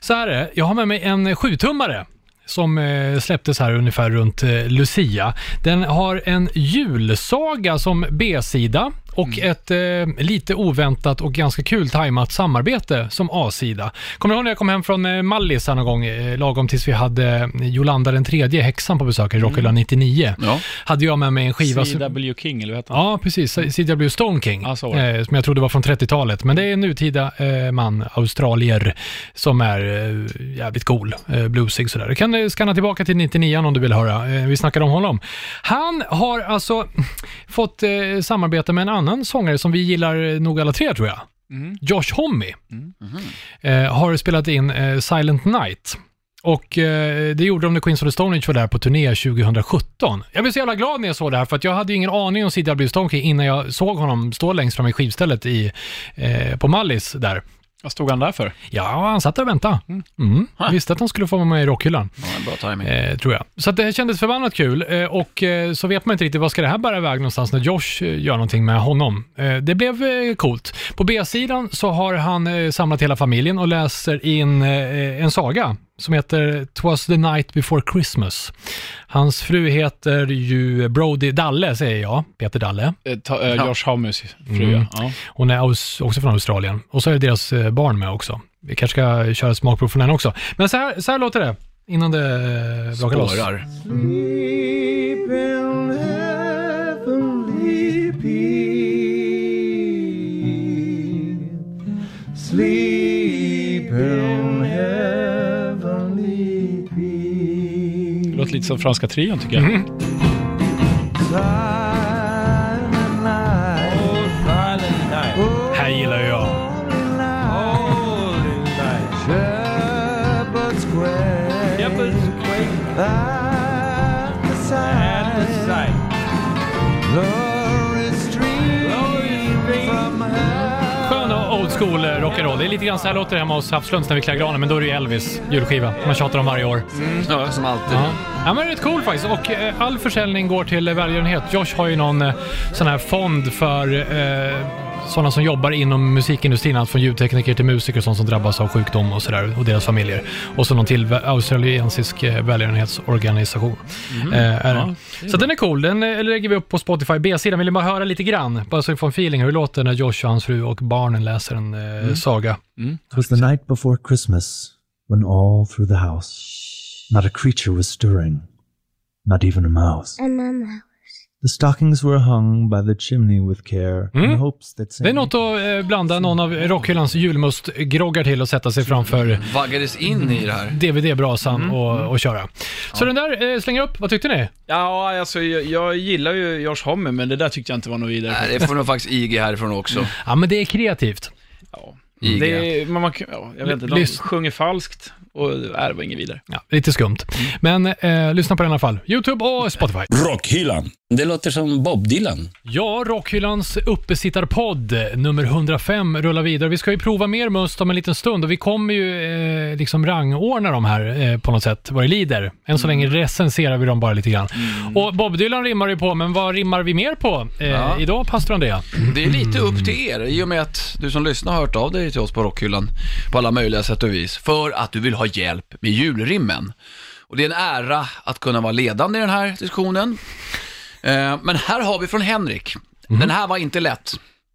Speaker 2: så här är det. Jag har med mig en sjutummare. Som eh, släpptes här ungefär runt eh, Lucia. Den har en julsaga som B-sida och ett eh, lite oväntat och ganska kul tajmat samarbete som A-sida. Kommer du ihåg när jag kom hem från eh, Mallis här någon gång, eh, lagom tills vi hade eh, Jolanda den tredje, häxan, på besök i Rockhyllan 99?
Speaker 3: Ja.
Speaker 2: Hade jag med mig en skiva... som-
Speaker 1: CW King, eller vad heter han?
Speaker 2: Ja, precis. C.W. Stone King,
Speaker 1: Mm. Ja, så var det.
Speaker 2: eh, som jag trodde var från 30-talet. Men det är en nutida eh, man, australier, som är eh, jävligt cool, eh, bluesig sådär. Du kan eh, skanna tillbaka till 99 om du vill höra. Eh, vi snackade om honom. Han har alltså [laughs] fått eh, samarbeta med en annan sångare som vi gillar eh, nog alla tre, tror jag.
Speaker 1: Mm.
Speaker 2: Josh Homme eh, har spelat in eh, Silent Night. Och eh, det gjorde de när Queens of the Stone Age var där på turné 2017. Jag blev så jävla glad när jag såg det här för att jag hade ju ingen aning om C.W. Stone King innan jag såg honom stå längst fram i skivstället i, eh, på Mallis där.
Speaker 1: Vad stod han där för?
Speaker 2: Ja, han satt där och väntade. Mm. Visste att han skulle få vara med i rockhyllan.
Speaker 3: Ja, bra timing.
Speaker 2: Eh, tror jag. Så att det här kändes förbannat kul eh, och eh, så vet man inte riktigt vad ska det här bära iväg någonstans när Josh eh, gör någonting med honom. Eh, det blev eh, coolt. På B-sidan så har han eh, samlat hela familjen och läser in eh, en saga som heter Twas the night before Christmas. Hans fru heter ju Brody Dalle, säger jag, Peter Dalle.
Speaker 1: Eh, ta, eh,
Speaker 3: Ja.
Speaker 1: Josh Homme, fru, ja. ja.
Speaker 2: Hon är aus- också från Australien. Och så är det deras eh, barn med också. Vi kanske ska köra smakprov från den också. Men så här, så här låter det innan det eh, brakar loss.
Speaker 3: Spårar.
Speaker 6: Sleep in heavenly peace. Sleep in heavenly
Speaker 1: lite som Franska Trion tycker jag.
Speaker 6: Silent night,
Speaker 2: Här gillar ju jag.
Speaker 6: Shepherd's Quay. At the side, glory stream from heaven.
Speaker 2: Skön och old school eh, rock'n'roll. Det är lite grann så här låter det hemma hos Havslunds när vi klär granen, men då är det ju Elvis julskiva. Man tjatar om varje år.
Speaker 3: Ja, som alltid.
Speaker 2: Ja. ja, men rätt cool faktiskt. Och eh, all försäljning går till eh, välgörenhet. Josh har ju någon eh, sån här fond för eh, sådana som jobbar inom musikindustrin, allt från ljudtekniker till musiker och sånt som drabbas av sjukdom och sådär, och deras familjer. Och så någon till vä- australiensisk eh, välgörenhetsorganisation. Eh, är det. så den är cool. Den eh, lägger vi upp på Spotify B-sidan. Vill ni bara höra lite grann, bara så vi får en feeling hur det låter när Josh och hans fru och barnen läser en eh, saga.
Speaker 7: 'Twas the night before Christmas when all through the house not a creature was stirring, not even a mouse.
Speaker 8: I'm a mouse.
Speaker 7: The stockings were hung by the chimney with care in hopes that
Speaker 2: Det är något att eh, blanda någon av Rockhyllans julmustgroggar till och sätta sig framför
Speaker 3: Vaggades in i det
Speaker 2: Mm.
Speaker 3: här.
Speaker 2: DVD-brasan och, och köra. Så den där eh, slänger jag upp. Vad tyckte ni?
Speaker 1: Ja, alltså jag, jag gillar ju Josh Homme, men det där tyckte jag inte var något vidare.
Speaker 3: Nej, det får nog faktiskt IG härifrån också.
Speaker 2: Ja, men det är kreativt.
Speaker 1: Ja.
Speaker 3: IG.
Speaker 1: Det är, man, man, kan- ja, jag vet inte, de
Speaker 2: Lys-
Speaker 1: sjunger falskt och nej, det var inget vidare.
Speaker 2: Ja, lite skumt. Men eh, lyssna på den i alla fall. YouTube och Spotify.
Speaker 4: Rockhyllan. Det låter som Bob Dylan.
Speaker 2: Ja, Rockhyllans uppesittarpodd nummer 105 rullar vidare. Vi ska ju prova mer must om en liten stund och vi kommer ju eh, liksom rangordna de här eh, på något sätt vad det lider. Än så länge recenserar vi dem bara lite grann. Och Bob Dylan rimmar ju på, men vad rimmar vi mer på eh,
Speaker 3: Ja.
Speaker 2: idag, pastor Andrea?
Speaker 3: Det är lite upp till er, i och med att du som lyssnar har hört av dig till oss på Rockhyllan på alla möjliga sätt och vis, för att du vill ha hjälp med julrimmen. Och det är en ära att kunna vara ledande i den här diskussionen. Eh, Men här har vi från Henrik.
Speaker 1: Mm.
Speaker 3: Den här var inte lätt.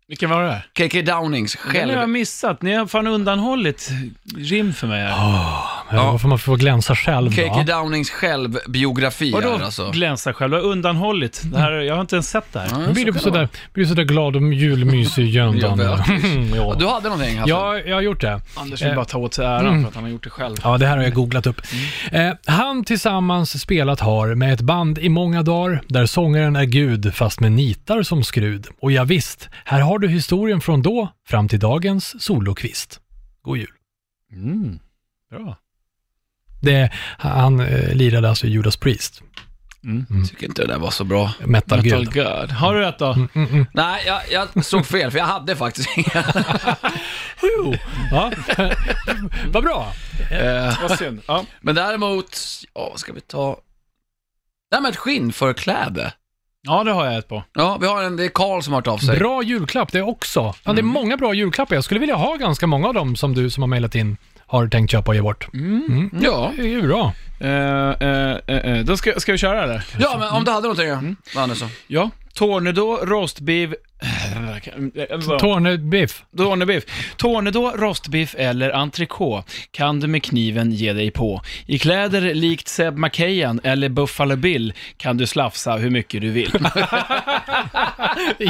Speaker 1: Vilken var det där?
Speaker 3: KK Downings
Speaker 1: Den har jag
Speaker 3: själv...
Speaker 1: missat. Ni har fan undanhållit rim för mig här.
Speaker 2: Ja. Då får man få glänsa själv då.
Speaker 3: KK Downings självbiografi
Speaker 1: Vadå
Speaker 3: här alltså.
Speaker 1: glänsa själv? Jag har undanhållit. Det här, jag har inte ens sett det här.
Speaker 2: Nu blir du sådär, blir du sådär glad om julmys i
Speaker 3: Ja,
Speaker 2: Jöndan.
Speaker 3: verkligen.
Speaker 2: ja.
Speaker 3: Du hade någonting Hasse?
Speaker 2: Ja, jag har gjort det.
Speaker 1: Anders vill bara ta åt sig äran för att han har gjort det själv.
Speaker 2: Ja, det här har jag googlat upp. Eh, han tillsammans spelat har med ett band i många dagar där sångaren är gud fast med nitar som skrud. Och ja, visst, här har du historien från då fram till dagens solokvist. God jul. Mm.
Speaker 1: Bra.
Speaker 2: Det, han eh, lirade alltså i Judas Priest,
Speaker 3: Jag tycker inte det där var så bra.
Speaker 2: metalgud.
Speaker 1: Metal God. Har du rätt då?
Speaker 3: Nej, jag, jag såg fel, för jag hade faktiskt inga.
Speaker 2: Jo, [laughs] ja. Vad bra.
Speaker 3: Eh,
Speaker 1: [laughs] Vad synd. Ja.
Speaker 3: Men däremot, ja, vad ska vi ta? Nej men ett skinnförkläde.
Speaker 1: ja, det har jag ett på.
Speaker 3: Ja, vi har en, det är Karl som har hört av sig.
Speaker 2: Bra julklapp det också. Ja,
Speaker 3: Mm.
Speaker 2: det är många bra julklappar. Jag skulle vilja ha ganska många av dem som du som har mejlat in har tänkt köpa och ge bort.
Speaker 3: Mm. Ja.
Speaker 2: Det är ju bra.
Speaker 1: Eh, eh, eh, eh. Då ska, ska vi köra eller?
Speaker 3: ja, men om du hade någonting, mm. Andersson.
Speaker 1: Ja. Tornedå, rostbiff...
Speaker 3: [laughs]
Speaker 2: Tornebiff.
Speaker 1: Tornebiff. Tornedå, rostbiff eller entrecote kan du med kniven ge dig på. I kläder likt Seb Macahan eller Buffalo Bill kan du slafsa hur mycket du vill.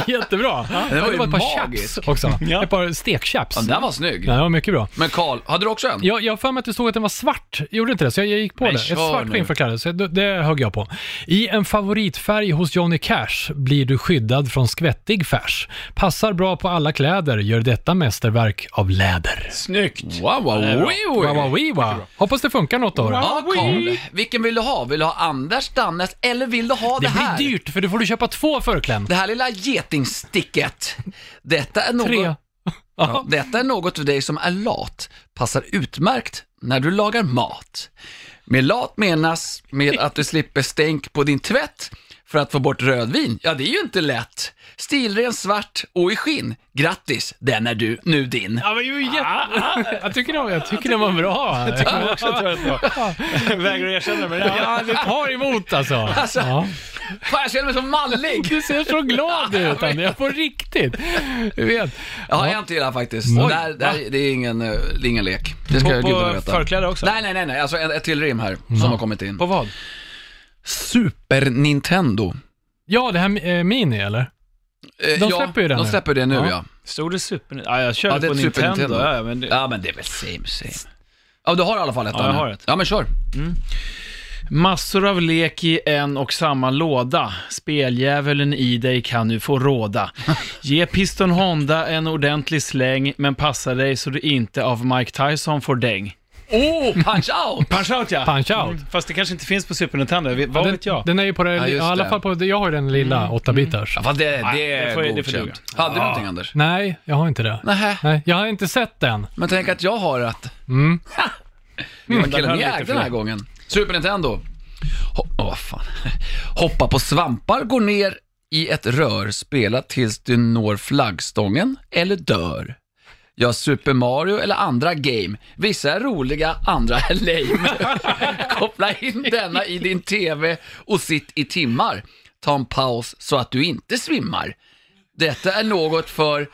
Speaker 2: Jättebra.
Speaker 3: Det var ju
Speaker 2: ett par
Speaker 3: magiskt.
Speaker 2: chaps också.
Speaker 3: [laughs]
Speaker 1: Ja.
Speaker 2: Ett par stekchaps.
Speaker 3: Den där var snygg.
Speaker 2: Ja, det var mycket bra.
Speaker 3: Men Karl, hade du också en?
Speaker 2: Jag, jag har för mig att det stod att den var svart. Gjorde inte det? Så jag, jag gick på
Speaker 3: Men
Speaker 2: det.
Speaker 3: kör
Speaker 2: Ett svart
Speaker 3: nu.
Speaker 2: skinnförkläde. Så det, det högg jag på. I en favoritfärg hos Johnny Cash blir du skyddad från skvättig färs. Passar bra på alla kläder. Gör detta mästerverk av läder.
Speaker 1: [laughs] Snyggt!
Speaker 3: Wow, wow,
Speaker 1: är bra.
Speaker 3: wow,
Speaker 2: Wow, wow, wow, wow. Hoppas det funkar något då. då.
Speaker 3: Ja, Karl. Vilken vill du ha? Vill du ha Anders, Dannes eller vill du ha det,
Speaker 2: Det
Speaker 3: här?
Speaker 2: blir dyrt för då får du köpa två förkläden.
Speaker 3: Det här lilla getingsticket. Detta är något...
Speaker 2: Tre.
Speaker 3: Ja, detta är något för dig som är lat. Passar utmärkt när du lagar mat. Med lat menas med att du slipper stänk på din tvätt för att få bort rödvin. Ja, det är ju inte lätt. Stilren svart och i skinn. Grattis, den är du, nu din.
Speaker 2: Ja, men ju jätte... Jag tycker den, jag tycker den var bra. Jag tycker också att
Speaker 1: Vägrar erkänna men det.
Speaker 2: Ja, det tar emot alltså.
Speaker 3: Alltså.
Speaker 2: Ja.
Speaker 3: [laughs] Fan, jag känner mig så mallig.
Speaker 2: Du ser så glad ut, Andrea, på riktigt. Du vet.
Speaker 3: Jag har en till här faktiskt. det, här, det, här, det är ingen, eh, det är ingen lek. Det ska
Speaker 1: På,
Speaker 3: gudarna
Speaker 1: på
Speaker 3: veta.
Speaker 1: förkläde också?
Speaker 3: Nej, nej, nej, nej. Alltså ett, ett till rim här som har kommit in.
Speaker 1: På vad?
Speaker 3: Super Nintendo.
Speaker 2: Ja, det här eh, Mini, eller?
Speaker 3: Eh,
Speaker 2: De släpper ju den
Speaker 3: De
Speaker 2: nu.
Speaker 3: släpper det nu
Speaker 2: Ja.
Speaker 3: ja.
Speaker 1: Stod det Super... Ja, jag körde
Speaker 3: Ja, det är
Speaker 1: på
Speaker 3: ett Super
Speaker 1: Nintendo.
Speaker 3: Nintendo.
Speaker 1: Ja, ja, men det...
Speaker 3: Ja men det är väl same same. Ja du har i alla fall ett
Speaker 1: Ja, jag
Speaker 3: Anna.
Speaker 1: har ett.
Speaker 3: Ja men kör.
Speaker 1: Massor av lek i en och samma låda. Speldjävulen i dig kan nu
Speaker 3: [laughs]
Speaker 1: få råda. Ge Piston Honda en ordentlig släng, men passa dig så du inte av Mike Tyson får däng.
Speaker 3: Oh, punch out!
Speaker 1: Punch out ja! Mm.
Speaker 2: Punch Out.
Speaker 1: Fast det kanske inte finns på Super Nintendo, Vi- vad
Speaker 2: den,
Speaker 1: vet jag?
Speaker 2: den är ju på det, Mm.
Speaker 3: Ja,
Speaker 2: ja, i
Speaker 3: just
Speaker 2: alla
Speaker 3: det.
Speaker 2: fall på, jag har ju den lilla 8-bitars.
Speaker 3: [laughs] Ja, fast det, det
Speaker 1: Nej,
Speaker 3: är
Speaker 1: det får- det får duga.
Speaker 3: godkänt. Hade du någonting Anders?
Speaker 2: Nej, jag har inte det.
Speaker 3: Nähä,
Speaker 2: Nej, jag har inte sett den.
Speaker 3: men tänk att jag har att... [laughs]
Speaker 2: Mm.
Speaker 3: Ha! Vi var killen
Speaker 1: höll
Speaker 3: vi
Speaker 1: lite
Speaker 3: ägde
Speaker 1: för
Speaker 3: den här
Speaker 1: dig.
Speaker 3: gången. Super Nintendo. Ho- Åh, vad fan. [laughs] Hoppa på svampar, gå ner i ett rör, spela tills du når flaggstången eller dör. Ja, Super Mario eller andra game. Vissa är roliga, andra är lame. Koppla in denna i din TV och sitt i timmar. Ta en paus så att du inte svimmar. Detta är något för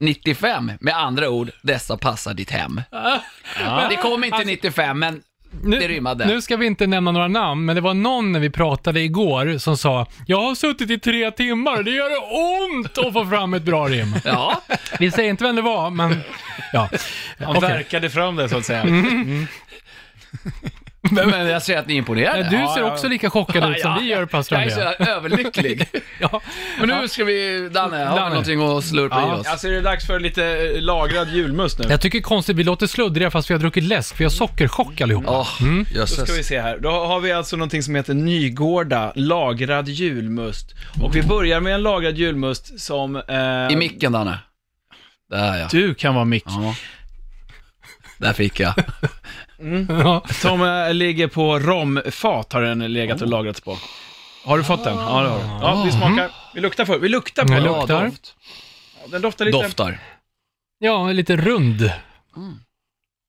Speaker 3: 95, med andra ord, dessa passar ditt hem. Men det kom inte 95, men
Speaker 2: Nu,
Speaker 3: det rymmade.
Speaker 2: nu ska vi inte nämna några namn, men det var någon när vi pratade igår som sa “Jag har suttit i tre timmar, det gör ont att få fram ett bra rim”.
Speaker 3: Ja,
Speaker 2: Vi säger inte vem det var, men ja.
Speaker 1: Han
Speaker 2: Okej.
Speaker 1: verkade fram det så att säga.
Speaker 3: Mm. men, men jag ser att ni är imponerade.
Speaker 2: Du ser också lika chockad ut som vi gör, pastor
Speaker 3: Jag är
Speaker 2: André.
Speaker 3: så överlycklig.
Speaker 2: Ja.
Speaker 3: Men nu ska vi, Danne, har
Speaker 2: Danne.
Speaker 3: du någonting att slurpa i oss?
Speaker 1: Alltså är det dags för lite eh, lagrad julmust nu?
Speaker 2: Jag tycker det är konstigt, vi låter sluddriga fast vi har druckit läsk, vi har sockerchock allihopa.
Speaker 3: Åh, jösses.
Speaker 1: Då ska vi se här. Då har vi alltså någonting som heter Nygårda, lagrad julmust. Och vi börjar med en lagrad julmust som... eh,
Speaker 3: I micken, Danne. Där ja.
Speaker 1: Du kan vara mick.
Speaker 3: ja. Där fick jag.
Speaker 2: Ja.
Speaker 1: Som eh, ligger på romfat har den legat och lagrats på. Har du
Speaker 2: Ah.
Speaker 1: fått den? Ja, det har du. Ja, vi smakar. Vi luktar för. Vi luktar på
Speaker 2: Jag
Speaker 1: den.
Speaker 2: luk- luktar.
Speaker 3: Ja, doft.
Speaker 1: Den doftar lite...
Speaker 3: Doftar.
Speaker 2: ja, lite rund.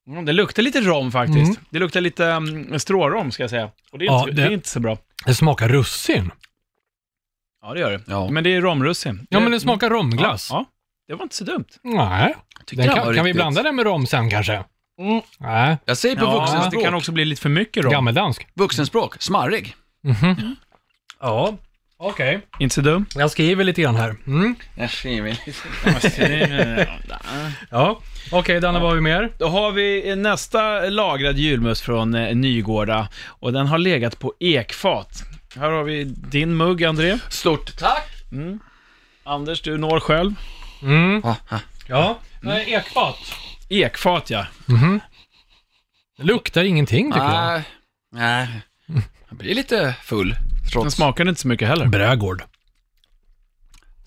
Speaker 1: Mm, den luktar lite rom faktiskt. Det luktar lite um, strårom ska jag säga. Och det är,
Speaker 2: Mm. Ja,
Speaker 1: inte, det...
Speaker 2: det-
Speaker 1: är inte så bra.
Speaker 2: Det smakar russin.
Speaker 1: Ja, det gör det.
Speaker 3: Ja.
Speaker 1: Men det är romrussin.
Speaker 2: Ja, men det smakar romglass.
Speaker 1: Ja, det var inte så dumt.
Speaker 2: Nej.
Speaker 3: Tyckte
Speaker 2: Den
Speaker 3: den var
Speaker 2: kan, Mm. kan vi
Speaker 3: riktigt-
Speaker 2: blanda den med rom sen kanske? Nej.
Speaker 3: Jag säger på
Speaker 1: Ja, det
Speaker 3: vuxenspråk.
Speaker 1: kan också bli lite för mycket rom.
Speaker 2: Gammeldansk.
Speaker 3: Vuxenspråk, smarrig.
Speaker 2: Mm. Ja, okej.
Speaker 1: Inte så dum.
Speaker 2: Jag skriver lite grann här. Mm. Ja, okej Danne, vad har vi mer?
Speaker 1: Då har vi eh, nästa lagrad julmust från eh, Nygårda och den har legat på ekfat. Här har vi din mugg, André.
Speaker 3: Stort tack.
Speaker 1: Anders, du når själv.
Speaker 2: Mm.
Speaker 3: Ah, ah.
Speaker 2: Ja. Nej, ekfat.
Speaker 1: Ekfat, ja.
Speaker 2: Mhm. Det luktar ingenting tycker jag.
Speaker 3: Nej. Nej. Jag blir lite full.
Speaker 1: Den
Speaker 3: Trots.
Speaker 1: smakade inte så mycket heller.
Speaker 2: Brädgård.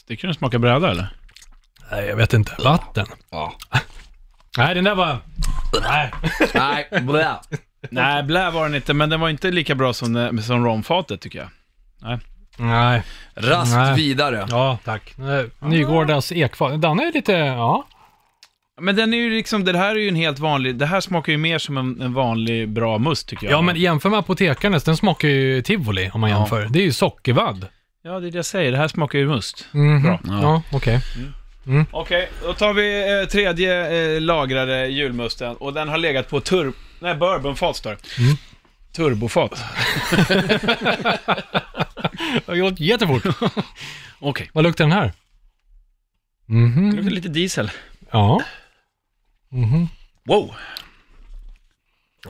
Speaker 1: Tycker du den smakar
Speaker 2: [laughs]
Speaker 1: bräda, eller?
Speaker 2: Nej, jag vet inte. Vatten.
Speaker 3: Ja.
Speaker 2: [laughs] Nej, den där var... Nej.
Speaker 3: Nej, blä.
Speaker 1: Nej, blä var den inte, men den var inte lika bra som, den- som romfatet, tycker jag.
Speaker 2: Nej.
Speaker 3: Raskt
Speaker 2: Nej.
Speaker 3: vidare.
Speaker 2: Ja, tack. Eh, Nygårdas ekfat. Danne är lite, ja.
Speaker 1: Men den är ju liksom, det här är ju en helt vanlig, det här smakar ju mer som en, en vanlig bra must, tycker jag.
Speaker 2: Ja, men jämför med apotekarnes, den smakar ju tivoli om man jämför. Det är ju sockervadd.
Speaker 1: Ja, det är det jag säger, det här smakar ju must.
Speaker 2: Mhm.
Speaker 1: Bra.
Speaker 2: Ja, okej.
Speaker 1: Okej, då tar vi eh, tredje eh, lagrade julmusten och den har legat på tur... Nej, bourbonfat står det.
Speaker 2: Mm.
Speaker 1: Turbofat.
Speaker 2: Jag åt jättefort. [laughs]
Speaker 1: Okej.
Speaker 2: Vad luktar den här? Mhm.
Speaker 1: Det luktar lite diesel.
Speaker 2: Ja,
Speaker 1: Wow!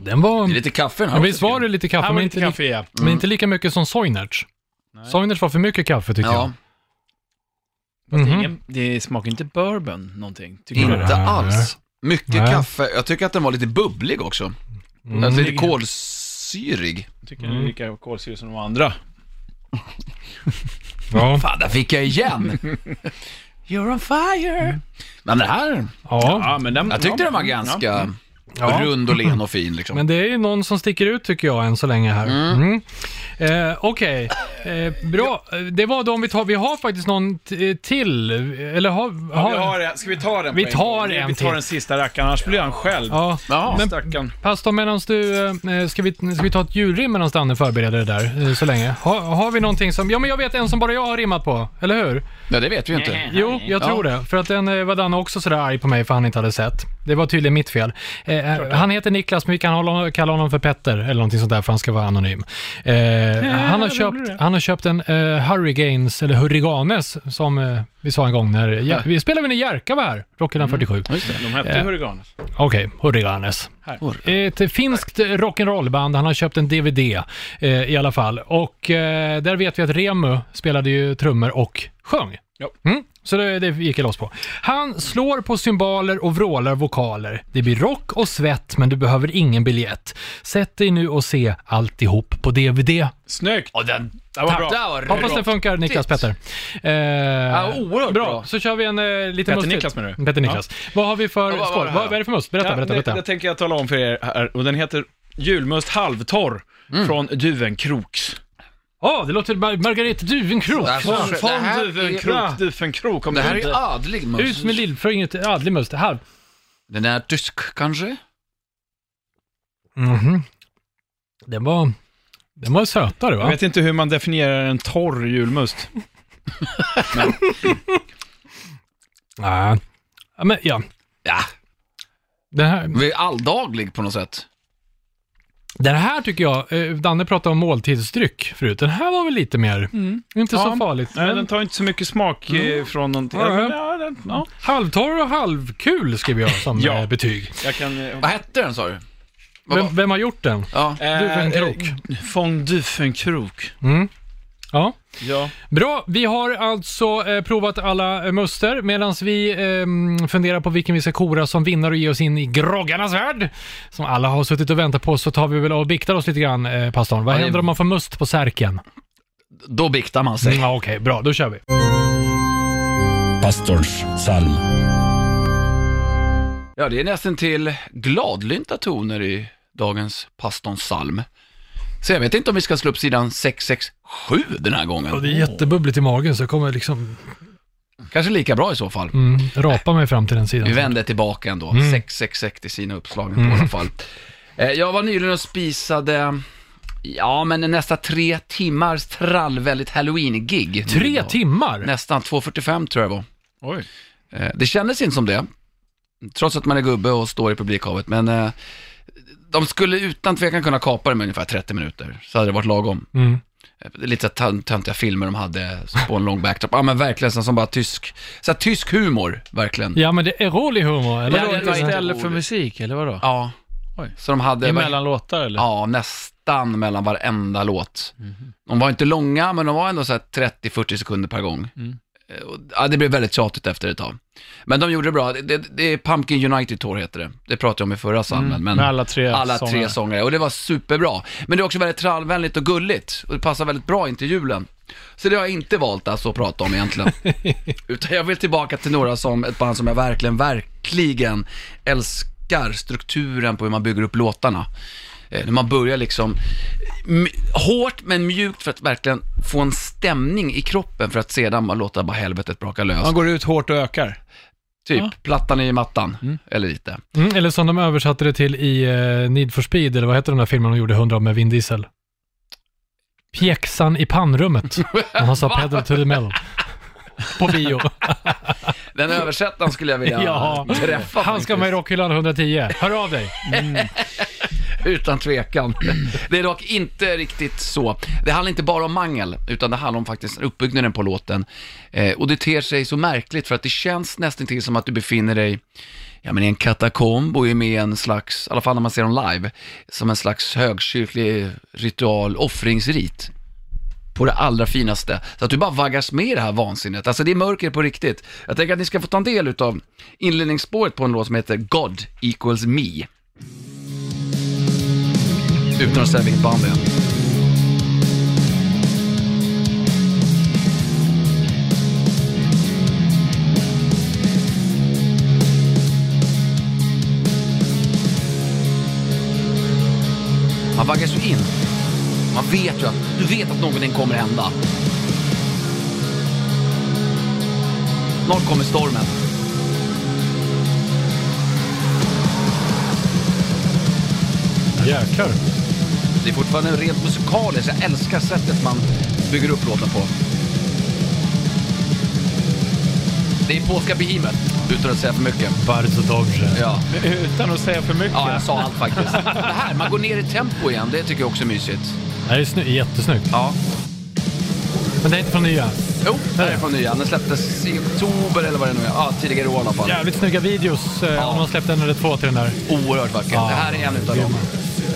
Speaker 2: den var...
Speaker 3: Det är lite kaffe den
Speaker 2: Ja,
Speaker 3: här
Speaker 2: visst var det lite kaffe,
Speaker 1: Här var
Speaker 2: men
Speaker 1: lite
Speaker 2: inte,
Speaker 1: kaffe ja.
Speaker 2: li- men inte lika mycket som Soinerts. Soinerts var för mycket kaffe tycker
Speaker 3: Ja,
Speaker 2: jag.
Speaker 1: Det, är
Speaker 2: Mhm. Mm.
Speaker 1: ingen, det smakar inte bourbon någonting, tycker du?
Speaker 3: inte
Speaker 1: det?
Speaker 2: Nej.
Speaker 3: alls. Mycket
Speaker 2: Nej.
Speaker 3: kaffe. Jag tycker att den var lite bubblig också. Alltså,
Speaker 2: Mm.
Speaker 3: Lite kolsyrig.
Speaker 1: Jag tycker den är lika kolsyrig som de andra.
Speaker 2: Mm. Ja.
Speaker 3: Fan, där fick jag igen. You're on fire. Men den här,
Speaker 2: Ja.
Speaker 1: men den,
Speaker 3: jag tyckte
Speaker 1: ja.
Speaker 3: den var ganska
Speaker 2: Ja.
Speaker 3: rund och len och fin liksom.
Speaker 2: men det är ju någon som sticker ut tycker jag än så länge här. Mm. Eh, Okej, eh, bra. Eh, Det var de vi tar. Vi har faktiskt någon t- eh, till. Eller har...
Speaker 1: Ja, vi
Speaker 2: har...
Speaker 1: har en. Ska vi ta den på
Speaker 2: Vi
Speaker 1: en
Speaker 2: tar
Speaker 1: gång?
Speaker 2: en
Speaker 1: Vi tar
Speaker 2: till.
Speaker 1: den sista rackaren, annars blir han själv.
Speaker 2: Ja.
Speaker 3: Ja,
Speaker 1: Men
Speaker 3: men,
Speaker 1: stackarn.
Speaker 2: Pastor, medan du... eh, Ska vi, ska vi ta ett julrim medan Danne förbereder det där eh, så länge? Har, har vi någonting som... Ja, men jag vet en som bara jag har rimmat på, eller hur?
Speaker 3: ja, det vet vi ju inte.
Speaker 2: Jo, jag tror det. För att den eh, var Danne också sådär arg på mig för han inte hade sett. Det var tydligen mitt fel. Eh, eh, han heter Niklas, men vi kan hålla, kalla honom för Petter eller någonting sånt där för han ska vara anonym. Eh, han, har
Speaker 1: vad
Speaker 2: köpt,
Speaker 1: roligt.
Speaker 2: han har köpt en eh, Hurricanes, eller Hurriganes, som eh, vi sa en gång när ja, Mm. vi spelade när Jerka var här, Rockhyllan 47.
Speaker 1: De hette
Speaker 2: Ja.
Speaker 1: Hurriganes.
Speaker 2: Okej, Hurriganes. Ett finskt rock'n'roll-band, han har köpt en DVD eh, i alla fall. Och eh, där vet vi att Remu spelade ju trummor och sjöng.
Speaker 1: Ja.
Speaker 2: Mm, så det, det gick jag loss på. Han slår på cymbaler och vrålar vokaler. Det blir rock och svett, men du behöver ingen biljett. Sätt dig nu och se alltihop på DVD.
Speaker 1: Snyggt!
Speaker 3: Och den...
Speaker 1: Det var bra.
Speaker 3: Där var det
Speaker 2: Hoppas det funkar, Niklas Petter. Eh,
Speaker 3: Ja, oerhört bra. bra.
Speaker 2: Så kör vi en eh, liten
Speaker 1: Petter
Speaker 2: mustigt.
Speaker 1: Niklas menar du?
Speaker 2: Petter Niklas. Vad har vi för
Speaker 3: vad var
Speaker 2: skål?
Speaker 3: det här
Speaker 2: Vad, vad
Speaker 3: då?
Speaker 2: är det för must? Berätta,
Speaker 1: Ja,
Speaker 2: berätta,
Speaker 1: det-
Speaker 2: berätta.
Speaker 1: Det tänker jag tala om för er här. Och den heter Julmust halvtorr från Duvenkroks.
Speaker 2: Åh, det låter Mar- Margareta Duvenkrok.
Speaker 3: Alltså,
Speaker 1: Från,
Speaker 3: det
Speaker 1: från
Speaker 3: här är-
Speaker 1: Duvenkrok, Duvenkrok. Om
Speaker 3: Det här
Speaker 1: du
Speaker 3: är
Speaker 1: inte-
Speaker 3: adlig
Speaker 2: Ut
Speaker 3: mus.
Speaker 2: med lillfingret, adlig must. Halv.
Speaker 3: Den är tysk kanske?
Speaker 2: Mhm. Den var... Den var sötare
Speaker 1: jag
Speaker 2: va?
Speaker 1: vet inte hur man definierar en torr julmust.
Speaker 2: Nej. Ja, men ja.
Speaker 3: Ja,
Speaker 2: Den här,
Speaker 3: vi är alldaglig på något sätt.
Speaker 2: den här tycker jag, eh, Danne pratade om måltidsdryck förut. Den här var väl lite mer, inte så
Speaker 1: Mm. Ja.
Speaker 2: farligt.
Speaker 1: Nej,
Speaker 2: Men
Speaker 1: den tar inte så mycket smak eh, från någonting.
Speaker 2: Mm. Ja,
Speaker 1: Ja,
Speaker 2: ja.
Speaker 1: men, ja, den, ja.
Speaker 2: Halvtorr och halvkul skriver jag som
Speaker 1: Ja.
Speaker 2: eh, betyg.
Speaker 1: Jag kan... eh,
Speaker 3: Vad hette den sa du? Vad var-
Speaker 2: Vem, vem har gjort den?
Speaker 3: Ja.
Speaker 2: Duvenkrok.
Speaker 1: Eh, Från Duvenkrok.
Speaker 2: Ja.
Speaker 1: Ja.
Speaker 2: Bra, vi har alltså eh, provat alla eh, muster medan vi eh, funderar på vilken vi ska kora som vinnare och ge oss in i groggarnas värld. Som alla har suttit och väntat på så tar vi väl och biktar oss lite grann, eh, pastorn. Vad
Speaker 3: Ja, det-
Speaker 2: händer om man får must på särken?
Speaker 3: Då biktar man sig.
Speaker 2: Mm, ja, Okej, bra, då kör vi.
Speaker 4: Pastorns psalm.
Speaker 3: Ja, det är nästan till gladlynta toner i dagens pastorns psalm. Så jag vet inte om vi ska slå upp sidan 667 den här
Speaker 2: Och
Speaker 3: gången.
Speaker 2: det är jättebubbligt i magen så jag kommer liksom
Speaker 3: Kanske lika bra i så fall.
Speaker 2: mm, rapa mig fram till den sidan.
Speaker 3: Vi vänder tillbaka ändå.
Speaker 2: Mm.
Speaker 3: 666 till sina uppslagen på i alla fall. Eh, Jag var nyligen och spisade, ja men nästa tre timmars trallvälligt halloween-gig.
Speaker 2: Tre timmar?
Speaker 3: Nästan, 2.45 tror jag det var.
Speaker 1: Oj.
Speaker 3: Eh, Det kändes inte som det, trots att man är gubbe och står i publikhavet, men eh, de skulle utan tvekan kunna kapa det med ungefär 30 minuter, så hade det varit lagom.
Speaker 2: Mm.
Speaker 3: Eh, det är Lite så här tön- töntiga filmer de hade på en lång backdrop. Ja men verkligen sån som bara tysk, så här, tysk humor, verkligen. Ja.
Speaker 2: Ja, men det är rolig humor, eller?
Speaker 3: Ja, det var inte roligt.
Speaker 1: musik, eller vadå? Oj.
Speaker 3: Så de hade...
Speaker 1: Emellan låtar, eller?
Speaker 3: Ja, nästan mellan varenda låt.
Speaker 1: Mhm.
Speaker 3: De var inte långa, men de var ändå så här 30-40 sekunder per gång.
Speaker 1: Mm.
Speaker 3: Eh, och- Ja, det blev väldigt tjatigt efter ett tag. Men de gjorde det bra. Det, det, det är Pumpkin United Tour heter det. Det pratade jag om i förra psalmen. Men
Speaker 1: Mm. Med alla tre
Speaker 3: alla
Speaker 1: sångare.
Speaker 3: tre sångare. Och det var superbra. Men det är också väldigt trallvänligt och gulligt. Och det passar väldigt bra in till julen. Så det har jag inte valt alltså att prata om egentligen. Utan jag vill tillbaka till några som, ett band som jag verkligen, verkligen älskar strukturen på hur man bygger upp låtarna. Eh, När man börjar liksom m- hårt men mjukt för att verkligen få en stämning i kroppen för att sedan bara låta bara helvetet braka lös.
Speaker 1: Man går ut hårt och ökar.
Speaker 3: Typ, plattan i mattan, eller lite.
Speaker 2: Mm, eller som de översatte det till i eh, Need for speed, eller vad heter den där filmen de gjorde 100 av med Vin Diesel? Pjäxan i
Speaker 1: [laughs]
Speaker 2: pannrummet. När han sa pedal to the metal. På bio.
Speaker 3: [laughs] Den översättaren skulle jag vilja
Speaker 2: Ja.
Speaker 3: träffa.
Speaker 2: Han ska
Speaker 3: faktiskt.
Speaker 2: med i Rockhyllan 110. Hör av dig.
Speaker 3: [laughs] Utan tvekan. Det är dock inte riktigt så. Det handlar inte bara om mangel, utan det handlar om faktiskt uppbyggnaden på låten. Eh, och det ter sig så märkligt för att det känns nästan till som att du befinner dig ja, men i en katakomb och är med i en slags, i alla fall när man ser dem live, som en slags högkyrklig ritual, offringsrit på det allra finaste. Så att du bara vaggas med i det här vansinnet. Alltså det är mörker på riktigt. Jag tänker att ni ska få ta en del av inledningsspåret på en låt som heter God equals me. Utan att säga vilket band det är. Man vaggas ju in. Man vet ju att, du vet att någonting kommer hända. Snart kommer stormen.
Speaker 2: Jäklar.
Speaker 3: Det är fortfarande rent musikaliskt. Jag älskar sättet man bygger upp låten på. Det är polska Behemoth. Utan att säga för mycket.
Speaker 2: Bardzo dobrze.
Speaker 3: Ja,
Speaker 1: Utan att säga för mycket.
Speaker 3: ja jag sa allt
Speaker 1: [laughs]
Speaker 3: faktiskt. Det här, man går ner i tempo igen, det tycker jag också är mysigt.
Speaker 2: Det här är sny- jättesnyggt.
Speaker 3: Ja.
Speaker 2: Men det är inte från nya.
Speaker 3: Jo, det här är från nya. Den släpptes i oktober eller vad det nu är. Ja, tidigare i år i alla fall.
Speaker 2: Jävligt snygga videos eh, om man släppte en eller två till den där.
Speaker 3: Oerhört vackert. Det här är en utav dem.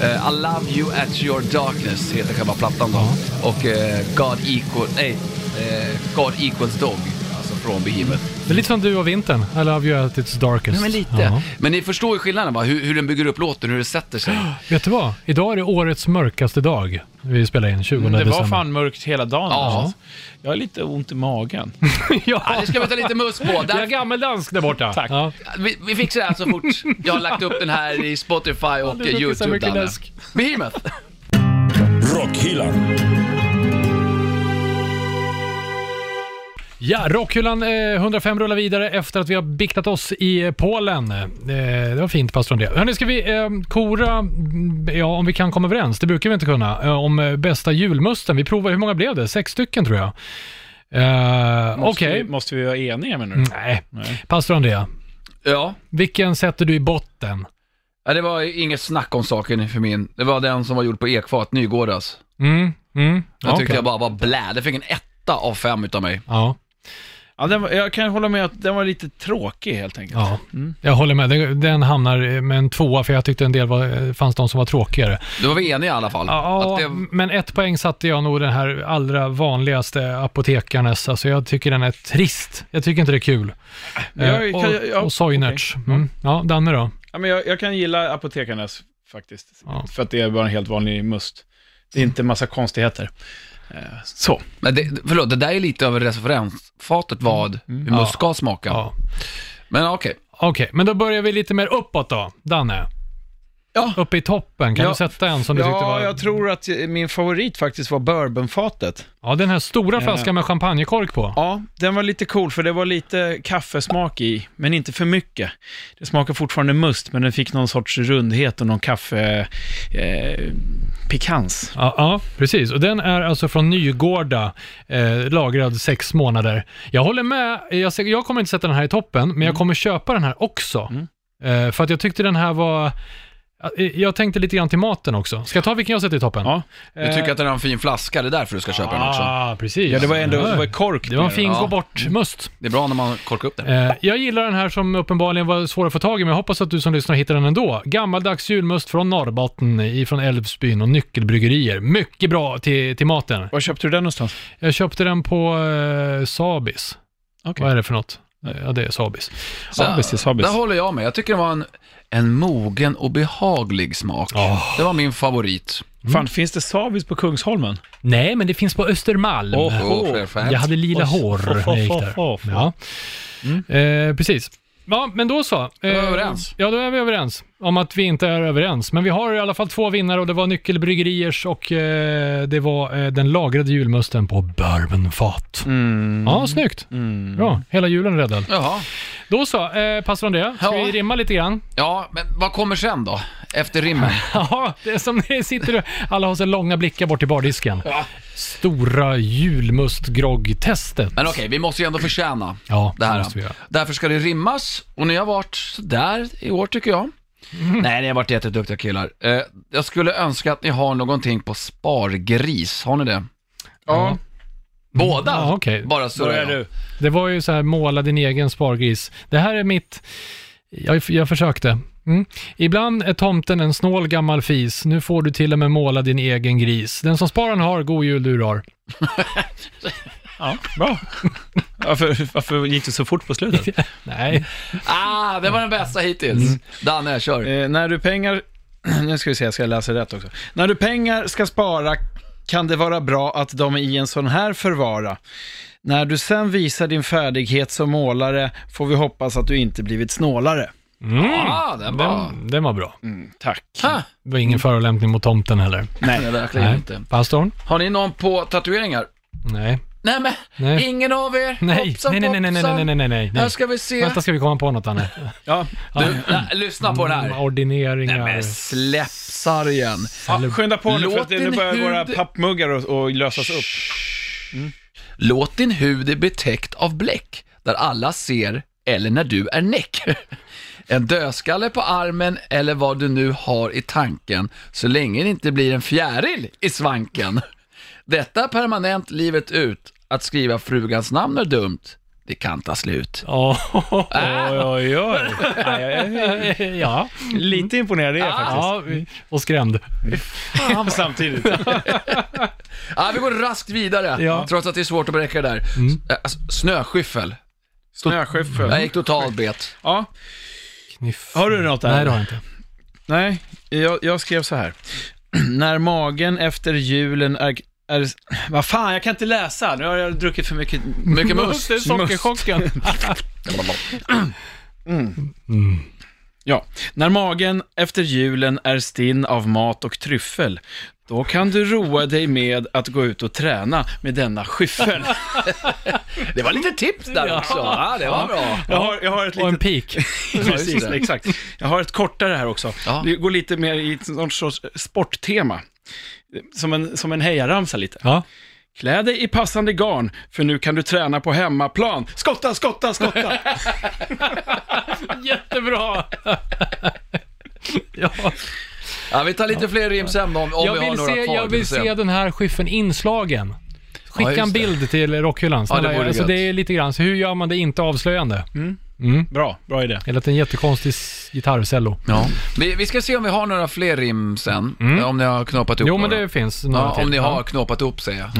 Speaker 3: Eh, I love you at your darkness heter själva plattan då. Och eh, God equal... Nej, eh, God equals dog. Alltså från Behemoth.
Speaker 2: Det är lite som du och vintern. I love you at its darkest.
Speaker 3: Nej, men lite.
Speaker 2: Ja.
Speaker 3: Men ni förstår ju skillnaden va? Hur, hur den bygger upp låten, hur det sätter sig.
Speaker 2: Vet du vad? Idag är det årets mörkaste dag. Vi spelar in 20
Speaker 1: Mm, Det
Speaker 2: december.
Speaker 1: var fan mörkt hela dagen.
Speaker 3: Ja.
Speaker 1: Alltså. Jag har lite ont i magen.
Speaker 3: Ja,
Speaker 2: [laughs] ja,
Speaker 3: det ska vi ta lite muss på.
Speaker 2: jag
Speaker 3: Där,
Speaker 2: är gammeldansk där borta.
Speaker 1: Tack.
Speaker 2: Ja.
Speaker 3: vi, vi fixar det här så fort jag har lagt upp den här i Spotify och
Speaker 2: druckit så
Speaker 3: YouTube.
Speaker 2: mycket
Speaker 3: Danne.
Speaker 2: läsk.
Speaker 3: Behemoth!
Speaker 4: Rockhyllan.
Speaker 2: Ja, Rockhyllan eh, 105 rullar vidare efter att vi har biktat oss i eh, Polen. Eh, det var fint, pastor André. Hörni, ska vi eh, kora, mm, ja om vi kan komma överens, det brukar vi inte kunna, eh, om eh, bästa julmusten. Vi provar, hur många blev det? Sex stycken tror jag. Eh,
Speaker 1: Måste
Speaker 2: [laughs] Okej. Mm.
Speaker 1: vi- Måste vi vara eniga med nu?
Speaker 2: Nej. Pastor André,
Speaker 3: Ja.
Speaker 2: vilken sätter du i botten?
Speaker 3: ja, det var inget snack om saken för min. Det var den som var gjord på ekfat, Nygårdas.
Speaker 2: Mm, mm.
Speaker 3: Jag tyckte
Speaker 2: okej.
Speaker 3: jag bara var blä. Det fick en etta av fem utav mig.
Speaker 2: Ja,
Speaker 1: Ja, den var, jag kan hålla med att den var lite tråkig helt enkelt.
Speaker 2: ja. jag håller med. Den, den hamnar eh, med en tvåa, för jag tyckte en del var, eh, fanns de som var tråkigare.
Speaker 3: Då var vi eniga i alla fall.
Speaker 2: Ja,
Speaker 3: Att det,
Speaker 2: men ett poäng satte jag nog den här allra vanligaste apotekarnes. Alltså jag tycker den är trist. Jag tycker inte det är kul.
Speaker 1: jag-
Speaker 2: Eh,
Speaker 1: kan
Speaker 2: och
Speaker 1: jag- ja,
Speaker 2: och Soinerts. Mm. Ja, Danne då?
Speaker 1: Ja, men jag, jag kan gilla apotekarnas faktiskt.
Speaker 2: Ja.
Speaker 1: För att det är bara en helt vanlig must. Det är inte massa konstigheter. Eh, Så.
Speaker 3: men det, förlåt, det där är lite över referensfatet vad hur
Speaker 2: Mm. Ja.
Speaker 3: must ska smaka.
Speaker 2: Ja.
Speaker 3: Men okej.
Speaker 2: Okej, men då börjar vi lite mer uppåt då, Danne.
Speaker 1: Ja.
Speaker 2: Uppe i toppen, kan
Speaker 1: Ja.
Speaker 2: du sätta en som du tyckte var...
Speaker 1: Ja, jag tror att eh, min favorit faktiskt var bourbonfatet.
Speaker 2: Ja, den här stora
Speaker 1: Ja.
Speaker 2: flaskan med champagnekork på.
Speaker 1: Ja, den var lite cool för det var lite kaffesmak i, men inte för mycket. Det smakar fortfarande must, men den fick någon sorts rundhet och någon kaffe... Eh, pikans.
Speaker 2: Ja, ja, precis. Och den är alltså från Nygårda, eh, lagrad sex månader. Jag håller med, jag, ser- jag kommer inte sätta den här i toppen, men
Speaker 1: Mm.
Speaker 2: jag kommer köpa den här också. Eh, för att jag tyckte den här var... eh, Jag tänkte lite grann till maten också. Ska jag ta vilken jag sätter i toppen?
Speaker 1: Ja.
Speaker 3: Du tycker att den har en fin flaska, det är därför du ska köpa den också.
Speaker 2: Eh. Ah, precis.
Speaker 1: Ja, det var ändå
Speaker 2: Ja.
Speaker 1: det var kork.
Speaker 2: Det var en
Speaker 1: ner.
Speaker 2: fin
Speaker 3: Ja.
Speaker 2: gå bort-must.
Speaker 3: Det är bra när man korkar upp den.
Speaker 2: Eh, jag gillar den här som uppenbarligen var svår att få tag i, men jag hoppas att du som lyssnar hittar den ändå. Gammaldags julmust från Norrbotten, ifrån Älvsbyn och Nyckelbryggerier. Mycket bra till, till maten.
Speaker 1: Var köpte du den någonstans?
Speaker 2: Jag köpte den på eh, Sabis.
Speaker 1: Okej.
Speaker 2: Vad är det för något? Eh, Ja, det är Sabis.
Speaker 3: Så-
Speaker 1: Sabis är Sabis.
Speaker 3: Där håller jag med. Jag tycker det var en, en mogen och behaglig smak.
Speaker 2: Åh.
Speaker 3: Det var min favorit.
Speaker 1: Fan, finns det Sabis på Kungsholmen?
Speaker 2: Nej, men det finns på Östermalm.
Speaker 1: Åh,
Speaker 3: Åh, för fan.
Speaker 2: jag hade lila
Speaker 1: Åh,
Speaker 2: hår när jag gick där.
Speaker 1: [laughs] åh, Mm. åh,
Speaker 2: Ja. Eh, precis. Ja, men då så. Eh, då
Speaker 3: är vi överens.
Speaker 2: Ja, då är vi överens om att vi inte är överens. Men vi har i alla fall två vinnare och det var Nyckelbryggeriers och eh, det var eh, den lagrade julmusten på bourbonfat.
Speaker 3: Mm.
Speaker 2: Ja, snyggt. Bra, hela julen är räddad.
Speaker 3: Jaha.
Speaker 2: Då så, eh, pastor André, ska
Speaker 3: Ja.
Speaker 2: vi rimma lite grann?
Speaker 3: Ja, men vad kommer sen då? Efter
Speaker 2: [laughs]
Speaker 3: rimmen?
Speaker 2: Ja, det är som ni sitter och alla har så långa blickar bort i bardisken. Stora julmustgrogg-testet.
Speaker 3: Men okej, vi måste ju ändå förtjäna
Speaker 2: Ja,
Speaker 3: det
Speaker 2: det
Speaker 3: här.
Speaker 2: måste vi göra.
Speaker 3: Därför ska det rimmas, och ni har varit sådär i år tycker jag.
Speaker 2: Mm.
Speaker 3: Nej, ni har varit jätteduktiga killar. Eh, jag skulle önska att ni har någonting på spargris, har ni det?
Speaker 1: Ja.
Speaker 3: Båda?
Speaker 2: Ja, okej.
Speaker 3: Bara surrar
Speaker 1: Börjar
Speaker 3: jag.
Speaker 1: du.
Speaker 2: Det var ju så här, måla din egen spargris. Det här är mitt... Jag, jag försökte. Mm. Ibland är tomten en snål gammal fis. Nu får du till och med måla din egen gris. Den som sparan har, god jul du har.
Speaker 1: Ja, bra. [laughs] Varför, varför gick det så fort
Speaker 3: [laughs]
Speaker 1: på slutet?
Speaker 2: Nej.
Speaker 3: Ah, det var den bästa hittills.
Speaker 2: Mm.
Speaker 3: Danne, kör.
Speaker 1: Eh, när du pengar... [clears throat] Nu ska vi se, jag ska läsa rätt också. När du pengar ska spara kan det vara bra att de i en sån här förvara. När du sen visar din färdighet som målare får vi hoppas att du inte blivit snålare.
Speaker 2: Mm.
Speaker 3: Ah, den var...
Speaker 2: Den, den var bra.
Speaker 3: Mm.
Speaker 1: Tack.
Speaker 3: Ha,
Speaker 2: Det var ingen förolämpning mot tomten heller.
Speaker 3: nej, verkligen
Speaker 2: Nej.
Speaker 3: inte.
Speaker 2: Pastorn?
Speaker 3: Har ni någon på tatueringar?
Speaker 2: Nej.
Speaker 3: Nej men,
Speaker 2: Nej.
Speaker 3: ingen av er?
Speaker 2: Nej.
Speaker 3: Hoppsan,
Speaker 2: nej, nej, nej, nej,
Speaker 3: hoppsan.
Speaker 2: nej, nej, nej, nej, nej.
Speaker 3: Här ska vi se.
Speaker 2: Vänta, ska vi komma på något annat?
Speaker 1: Ja.
Speaker 3: Du, nej, lyssna på den här.
Speaker 2: Mm, Ordineringar.
Speaker 3: Men släpp sargen.
Speaker 1: Ja, skynda på nu för att
Speaker 3: Låt
Speaker 1: det- nu
Speaker 3: din
Speaker 1: börjar
Speaker 3: hud-
Speaker 1: våra pappmuggar och, och lösas upp.
Speaker 3: Mm. Låt din hud är betäckt av bläck, där alla ser eller när du är näck. [laughs] En dödskalle på armen eller vad du nu har i tanken, så länge det inte blir en fjäril i svanken. Detta permanent livet ut. Att skriva frugans namn är dumt. Det kan ta slut.
Speaker 2: Ja, Äh?
Speaker 1: Oj, oj, oj. Nej, jag är
Speaker 2: ja.
Speaker 1: Lite imponerad är jag faktiskt.
Speaker 2: ja och skrämd.
Speaker 1: Samtidigt.
Speaker 3: Ah, vi går raskt vidare,
Speaker 2: Ja. Mm.
Speaker 3: trots att det är svårt att bräcka det där. S- eh, alltså, snöskyffel. Jag
Speaker 1: Snöskyffel.
Speaker 3: gick totalt bet.
Speaker 1: Ja.
Speaker 2: Kniff.
Speaker 1: Har du något där?
Speaker 2: Nej, det har jag inte.
Speaker 1: Nej, jag, jag skrev så här. [clears throat] När magen efter julen är... är vad fan, jag kan inte läsa. Nu har jag druckit för mycket...
Speaker 2: [laughs]
Speaker 3: Mycket must.
Speaker 2: Det är
Speaker 1: [laughs]
Speaker 2: sockerchocken.
Speaker 1: Mm. Ja. När magen efter julen är stinn av mat och tryffel, då kan du roa dig med att gå ut och träna med denna skyffel.
Speaker 3: Det var lite tips där också. Ja, det var bra.
Speaker 1: [laughs] Jag har, jag har ett
Speaker 2: Och en
Speaker 1: litet...
Speaker 2: pik.
Speaker 1: Precis,
Speaker 3: just det.
Speaker 1: exakt. Jag har ett kortare här också.
Speaker 3: Ja.
Speaker 1: Det går lite mer i ett någon sorts sporttema. Som en, som en hejaramsa lite.
Speaker 2: Ja.
Speaker 1: Klä dig i passande garn, för nu kan du träna på hemmaplan. Skotta, skotta, [laughs] skotta!
Speaker 2: Jättebra! ja.
Speaker 3: Ja, vi tar lite fler rim sen om, om
Speaker 2: jag,
Speaker 3: vi har
Speaker 2: vill
Speaker 3: några
Speaker 2: se,
Speaker 3: kvar.
Speaker 2: jag vill
Speaker 3: vi får
Speaker 2: se den här skiffen inslagen. Skicka
Speaker 3: Ja, just
Speaker 2: en bild till Rockhyllan.
Speaker 3: Ja, det
Speaker 2: Snälla,
Speaker 3: vore
Speaker 2: alltså,
Speaker 3: gött. Mm.
Speaker 2: det är lite grann, så hur gör man det inte avslöjande?
Speaker 1: Bra, bra idé.
Speaker 2: Eller att en jättekonstig s- gitarrcello.
Speaker 3: Ja. Vi, vi ska se om vi har några fler rim sen, eh, om ni har knoppat ihop
Speaker 2: Mm. Jo, men
Speaker 3: några.
Speaker 2: det finns några
Speaker 3: Ja,
Speaker 2: till. Mm.
Speaker 3: om ni har knoppat ihop säger jag.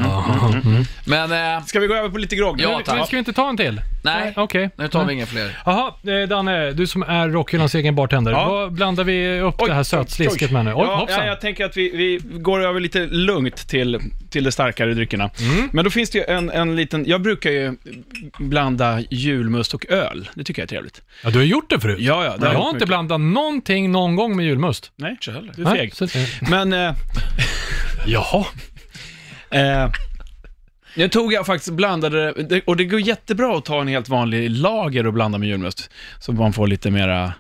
Speaker 3: Men, eh,
Speaker 1: Ska vi gå över på lite grogg? nu?
Speaker 3: Ja, tack.
Speaker 2: Men ska vi inte ta en till?
Speaker 3: nej,
Speaker 2: Okej.
Speaker 3: nu tar vi inga fler.
Speaker 2: Jaha, eh, Danne, du som är Rockhyllans egen bartender.
Speaker 1: Ja.
Speaker 2: Vad blandar vi upp det här sötslisket med nu? Oj,
Speaker 1: ja,
Speaker 2: hoppsan.
Speaker 1: ja, jag tänker att vi, vi går över lite lugnt till, till de starkare dryckerna.
Speaker 2: Mm.
Speaker 1: Men då finns det ju en, en liten... Jag brukar ju blanda julmust och öl. Det tycker jag är trevligt.
Speaker 2: Ja, du har gjort det förut.
Speaker 1: Ja, ja. det
Speaker 2: jag
Speaker 1: gjort
Speaker 2: har inte
Speaker 1: mycket.
Speaker 2: blandat någonting någon gång med julmust.
Speaker 1: Nej, inte heller. Du är
Speaker 2: Nej,
Speaker 1: feg.
Speaker 2: så- eh,
Speaker 1: Men... Eh,
Speaker 2: Jaha.
Speaker 1: Eh, nu tog jag faktiskt blandade det, och det går jättebra att ta en helt vanlig lager och blanda med julmust. Så man får lite mera,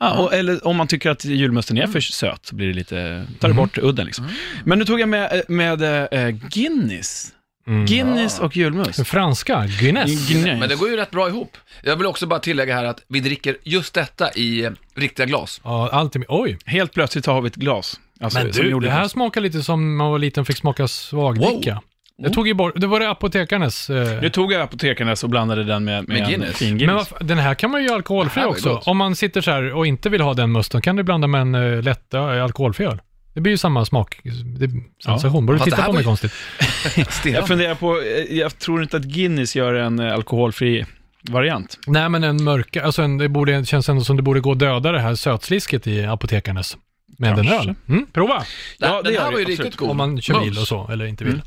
Speaker 1: ja, och, eller om man tycker att julmusten
Speaker 2: Mm.
Speaker 1: är för söt så blir det lite, tar det bort udden liksom. Men nu tog jag med, med eh, Guinness.
Speaker 2: Mm.
Speaker 1: Guinness och julmust.
Speaker 2: eh, Franska, Guinness.
Speaker 1: Guinness.
Speaker 3: Men det går ju rätt bra ihop. Jag vill också bara tillägga här att vi dricker just detta i eh, riktiga glas.
Speaker 2: Ja, allt i- Oj.
Speaker 1: Helt plötsligt har vi ett glas. Alltså,
Speaker 2: Men
Speaker 1: som
Speaker 2: du,
Speaker 1: gjorde
Speaker 2: det här
Speaker 1: oss.
Speaker 2: smakar lite som när man var liten fick smaka svagdricka. Jag tog ju bort, det var det apotekarnes. Eh,
Speaker 1: Nu tog jag apotekarnas och blandade den med, med,
Speaker 3: Med
Speaker 1: en
Speaker 3: Guinness.
Speaker 1: fin
Speaker 2: men
Speaker 1: Guinness.
Speaker 2: varf- den här kan man ju göra alkoholfri
Speaker 3: Det här var
Speaker 2: också.
Speaker 3: gott.
Speaker 2: Om man sitter så här och inte vill ha den musten kan du blanda med en eh, lätt eh, alkoholfri öl. Det blir ju samma smak, det, sensation. Börjar du
Speaker 3: Fast det
Speaker 2: titta
Speaker 3: här
Speaker 2: på
Speaker 3: var
Speaker 2: mig
Speaker 3: ju-
Speaker 2: konstigt?
Speaker 1: jag funderar på, eh, jag tror inte att Guinness gör en eh, alkoholfri variant.
Speaker 2: Nej men en mörka, alltså en, det borde, det känns ändå som det borde gå att döda det här sötslisket i apotekarnes. Med en
Speaker 1: Kanske.
Speaker 2: öl. Mm, prova!
Speaker 1: Ja,
Speaker 3: den
Speaker 1: det
Speaker 3: här
Speaker 1: gör
Speaker 3: var ju
Speaker 1: det,
Speaker 3: riktigt
Speaker 1: absolut.
Speaker 3: god.
Speaker 2: Om man kör
Speaker 3: Mums.
Speaker 2: bil och så, eller inte vill.
Speaker 1: Mm.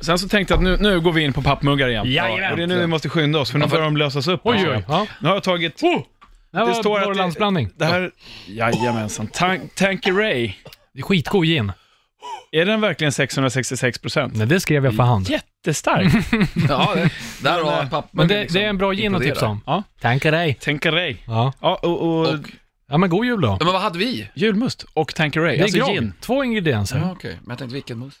Speaker 1: Sen så tänkte jag att nu, nu går vi in på pappmuggar igen.
Speaker 2: Jajamän.
Speaker 1: Och det är nu vi måste skynda oss, för nu börjar de lösas upp.
Speaker 2: Oj,
Speaker 1: alltså.
Speaker 2: oj, Oh! ja.
Speaker 1: Nu har jag tagit...
Speaker 2: Det här
Speaker 1: det
Speaker 2: var
Speaker 1: står att det-
Speaker 2: Norrlandsblandning.
Speaker 1: Det här... Jajamensan. Tan- Tanqueray.
Speaker 2: Skitgod gin.
Speaker 1: Är den verkligen 666 procent?
Speaker 2: Nej, det skrev jag för hand.
Speaker 1: [laughs] Jättestark.
Speaker 3: [laughs] Ja, det, där har liksom. pappa
Speaker 2: [laughs] Men det, det är en bra gin att tipsa om.
Speaker 1: Ja.
Speaker 2: Tankar dig.
Speaker 1: Tanqueray.
Speaker 2: Ja.
Speaker 1: Ja, och, och,
Speaker 3: Och,
Speaker 2: ja, men god jul då.
Speaker 3: ja, men vad hade vi?
Speaker 1: julmust och Tanqueray.
Speaker 2: Det är
Speaker 1: alltså
Speaker 2: grogg.
Speaker 1: gin.
Speaker 2: Två ingredienser.
Speaker 3: Ja, okej. Men jag tänkte vilken mus?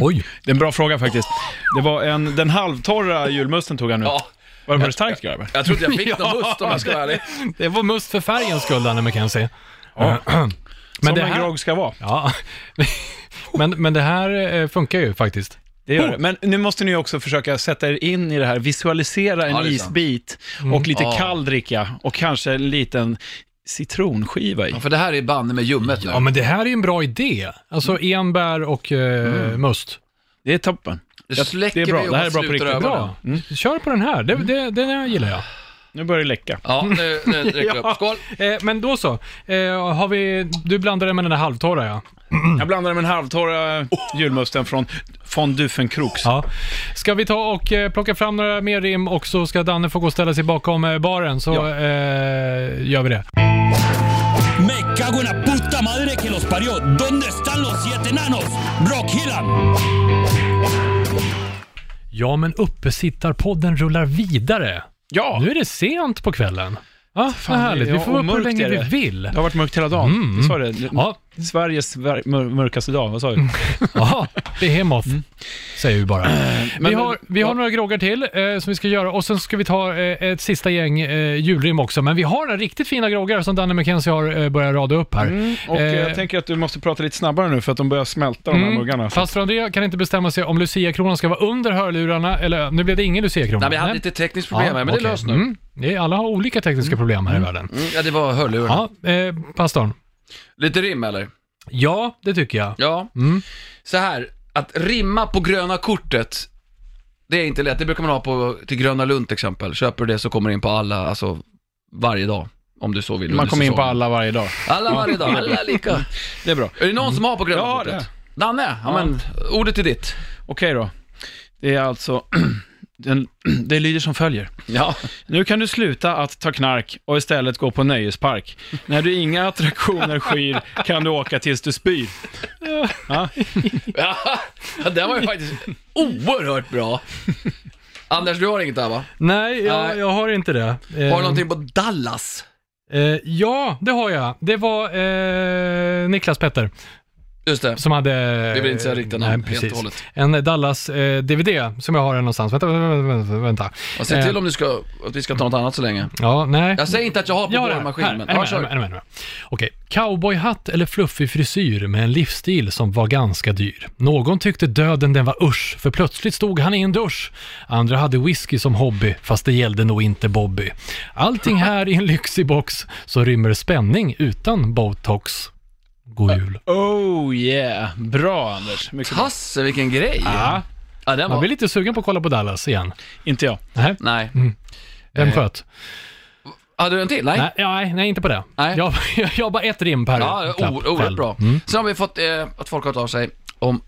Speaker 2: Oj.
Speaker 1: Det är en bra fråga faktiskt. Det var en... Den halvtorra julmusten tog han nu.
Speaker 3: Ja,
Speaker 1: Var det starkt grabbar?
Speaker 3: jag trodde jag fick
Speaker 2: [laughs] Ja.
Speaker 3: någon must om jag ska vara ärlig.
Speaker 2: Det var must för färgens skull, Danne McKenzie.
Speaker 1: Ja.
Speaker 2: Men
Speaker 1: Som
Speaker 2: det
Speaker 1: en
Speaker 2: här...
Speaker 1: grogg ska vara.
Speaker 2: Ja. [laughs] Men, men det här eh, funkar ju faktiskt.
Speaker 1: Det gör det. Men nu måste ni också försöka sätta er in i det här, visualisera en
Speaker 3: Ja, det är sant. Mm.
Speaker 1: isbit och lite
Speaker 3: Ja.
Speaker 1: kall dricka och kanske en liten citronskiva i.
Speaker 3: Ja, för det här är banne med ljummet nu.
Speaker 2: Ja, men det här är en bra idé. Alltså enbär och eh,
Speaker 1: Mm.
Speaker 2: must.
Speaker 1: Det är toppen.
Speaker 3: det släcker
Speaker 1: det är bra.
Speaker 3: vi och
Speaker 1: Det här är bra på
Speaker 3: sluter
Speaker 1: riktigt.
Speaker 3: ögonen.
Speaker 2: Bra. Kör på den Mm. här. Det, det, den gillar jag.
Speaker 1: Nu börjar det läcka.
Speaker 3: Ja, nu, nu räcker
Speaker 1: [laughs]
Speaker 3: det upp. Skål!
Speaker 2: Eh, men då så. Eh, har vi... Du blandade den med den där halvtorra, ja.
Speaker 3: Mm.
Speaker 1: Jag blandar med den halvtorra
Speaker 3: Oh!
Speaker 1: julmusten från von Duffenkroks.
Speaker 2: Ja. Ska vi ta och eh, plocka fram några mer rim och så ska Danne få gå och ställa sig bakom eh, baren så
Speaker 1: Ja.
Speaker 2: eh, gör vi det.
Speaker 4: Me cago en la puta madre que los parió. ¿Dónde están los siete enanos? Rock Hillan.
Speaker 2: Ja, men uppesittarpodden rullar vidare.
Speaker 1: Ja,
Speaker 2: Nu är det sent på kvällen. Ja, vad
Speaker 1: det-
Speaker 2: härligt. Vi
Speaker 1: ja,
Speaker 2: får vara
Speaker 1: och
Speaker 2: uppe hur
Speaker 1: mörkt
Speaker 2: länge
Speaker 1: är
Speaker 2: vi
Speaker 1: det.
Speaker 2: vill.
Speaker 3: Mm.
Speaker 1: det har varit mörkt hela dagen. Du sa det.
Speaker 2: Ja,
Speaker 1: Sveriges ver- mör- mörkaste dag, vad sa
Speaker 3: Mm.
Speaker 1: du?
Speaker 2: Jaha, Behemoth,
Speaker 3: [clears throat]
Speaker 2: säger vi bara.
Speaker 1: Men-
Speaker 2: vi har, vi har några groggar till eh, som vi ska göra och sen ska vi ta eh, ett sista gäng eh, julrim också. Men vi har några riktigt fina groggar som Danne McKenzie har eh, börjat rada upp här.
Speaker 3: Mm.
Speaker 1: Och eh,
Speaker 2: Eh,
Speaker 1: jag tänker att du måste prata lite snabbare nu för att de börjar smälta de här
Speaker 2: Mm.
Speaker 1: muggarna.
Speaker 2: Pastor André kan inte bestämma sig om Lucia-kronan ska vara under hörlurarna, eller nu blev det ingen Lucia-krona.
Speaker 3: Nej, vi
Speaker 1: Mm.
Speaker 3: hade lite tekniskt problem här, men det är
Speaker 2: okej.
Speaker 3: löst nu.
Speaker 2: Mm. Det är, alla har olika tekniska problem här i världen.
Speaker 3: Mm, Ja, det var hörlurarna.
Speaker 2: Ja, eh, pastorn.
Speaker 3: Lite rim eller?
Speaker 2: Ja, det tycker jag.
Speaker 3: Ja.
Speaker 2: Mm.
Speaker 3: Så här, att rimma på gröna kortet, det är inte lätt. Det brukar man ha på, till Gröna Lund till exempel. Köper du det så kommer du in på alla, alltså varje dag. Om du så vill.
Speaker 1: Man
Speaker 3: under
Speaker 1: kommer in på
Speaker 3: säsongen.
Speaker 1: alla varje dag.
Speaker 3: Alla varje
Speaker 1: [laughs]
Speaker 3: dag, alla lika.
Speaker 1: Det är bra.
Speaker 3: Är det någon som har på gröna
Speaker 1: Ja,
Speaker 3: kortet? Danne, ja, men ordet är ditt.
Speaker 1: Okej då. Det är alltså... [clears throat] Den, det lyder som följer.
Speaker 3: Ja.
Speaker 1: Nu kan du sluta att ta knark och istället gå på nöjespark. När du inga attraktioner skyr kan du åka tills du spyr.
Speaker 3: ja, den var ju faktiskt oerhört bra. Anders, du har inget där va?
Speaker 2: Nej, jag,
Speaker 3: Nej.
Speaker 2: jag har inte det. Eh,
Speaker 3: Har du någonting på Dallas?
Speaker 2: Eh, ja, det har jag. Det var eh, Niklas Petter
Speaker 3: Just det.
Speaker 2: som hade...
Speaker 3: Vi vill inte säga riktiga namn
Speaker 2: Nej, precis.
Speaker 3: helt och hållet.
Speaker 2: En eh, Dallas-DVD som jag har här någonstans. Vänta, vänta, vänta. vänta.
Speaker 3: Och se till
Speaker 2: Eh,
Speaker 3: om du ska, att vi ska ta något annat så länge.
Speaker 2: Ja, nej.
Speaker 3: Jag säger inte att jag har på
Speaker 2: Jag har det
Speaker 3: vår
Speaker 2: här.
Speaker 3: maskin,
Speaker 2: Här,
Speaker 3: men...
Speaker 2: är ni
Speaker 3: Ja,
Speaker 2: med, är ni
Speaker 3: kör.
Speaker 2: med, är ni med? Okej. Cowboyhatt eller fluffig frisyr med en livsstil som var ganska dyr. Någon tyckte döden den var usch, för plötsligt stod han i en dusch. Andra hade whisky som hobby, fast det gällde nog inte Bobby.
Speaker 3: [laughs]
Speaker 2: Allting här i en lyxig box som rymmer spänning utan botox. God jul.
Speaker 1: Oh yeah. Bra Anders. Mycket bra.
Speaker 3: Tasse, vilken grej!
Speaker 1: Ja,
Speaker 3: Ja, den
Speaker 2: Man
Speaker 3: var...
Speaker 2: blir lite sugen på att kolla på Dallas igen.
Speaker 1: inte jag.
Speaker 2: Nej,
Speaker 3: Nej.
Speaker 2: vem
Speaker 3: Eh,
Speaker 2: sköt?
Speaker 3: Hade du en till? Nej.
Speaker 2: Mm. Nej, nej, nej, inte på det.
Speaker 3: Nej.
Speaker 2: Jag, [laughs] jag har bara ett rim per
Speaker 3: Ja,
Speaker 2: klapp
Speaker 3: o- oerhört
Speaker 2: själv.
Speaker 3: bra.
Speaker 2: Mm.
Speaker 3: Sen har vi fått eh, att folk har hört av sig om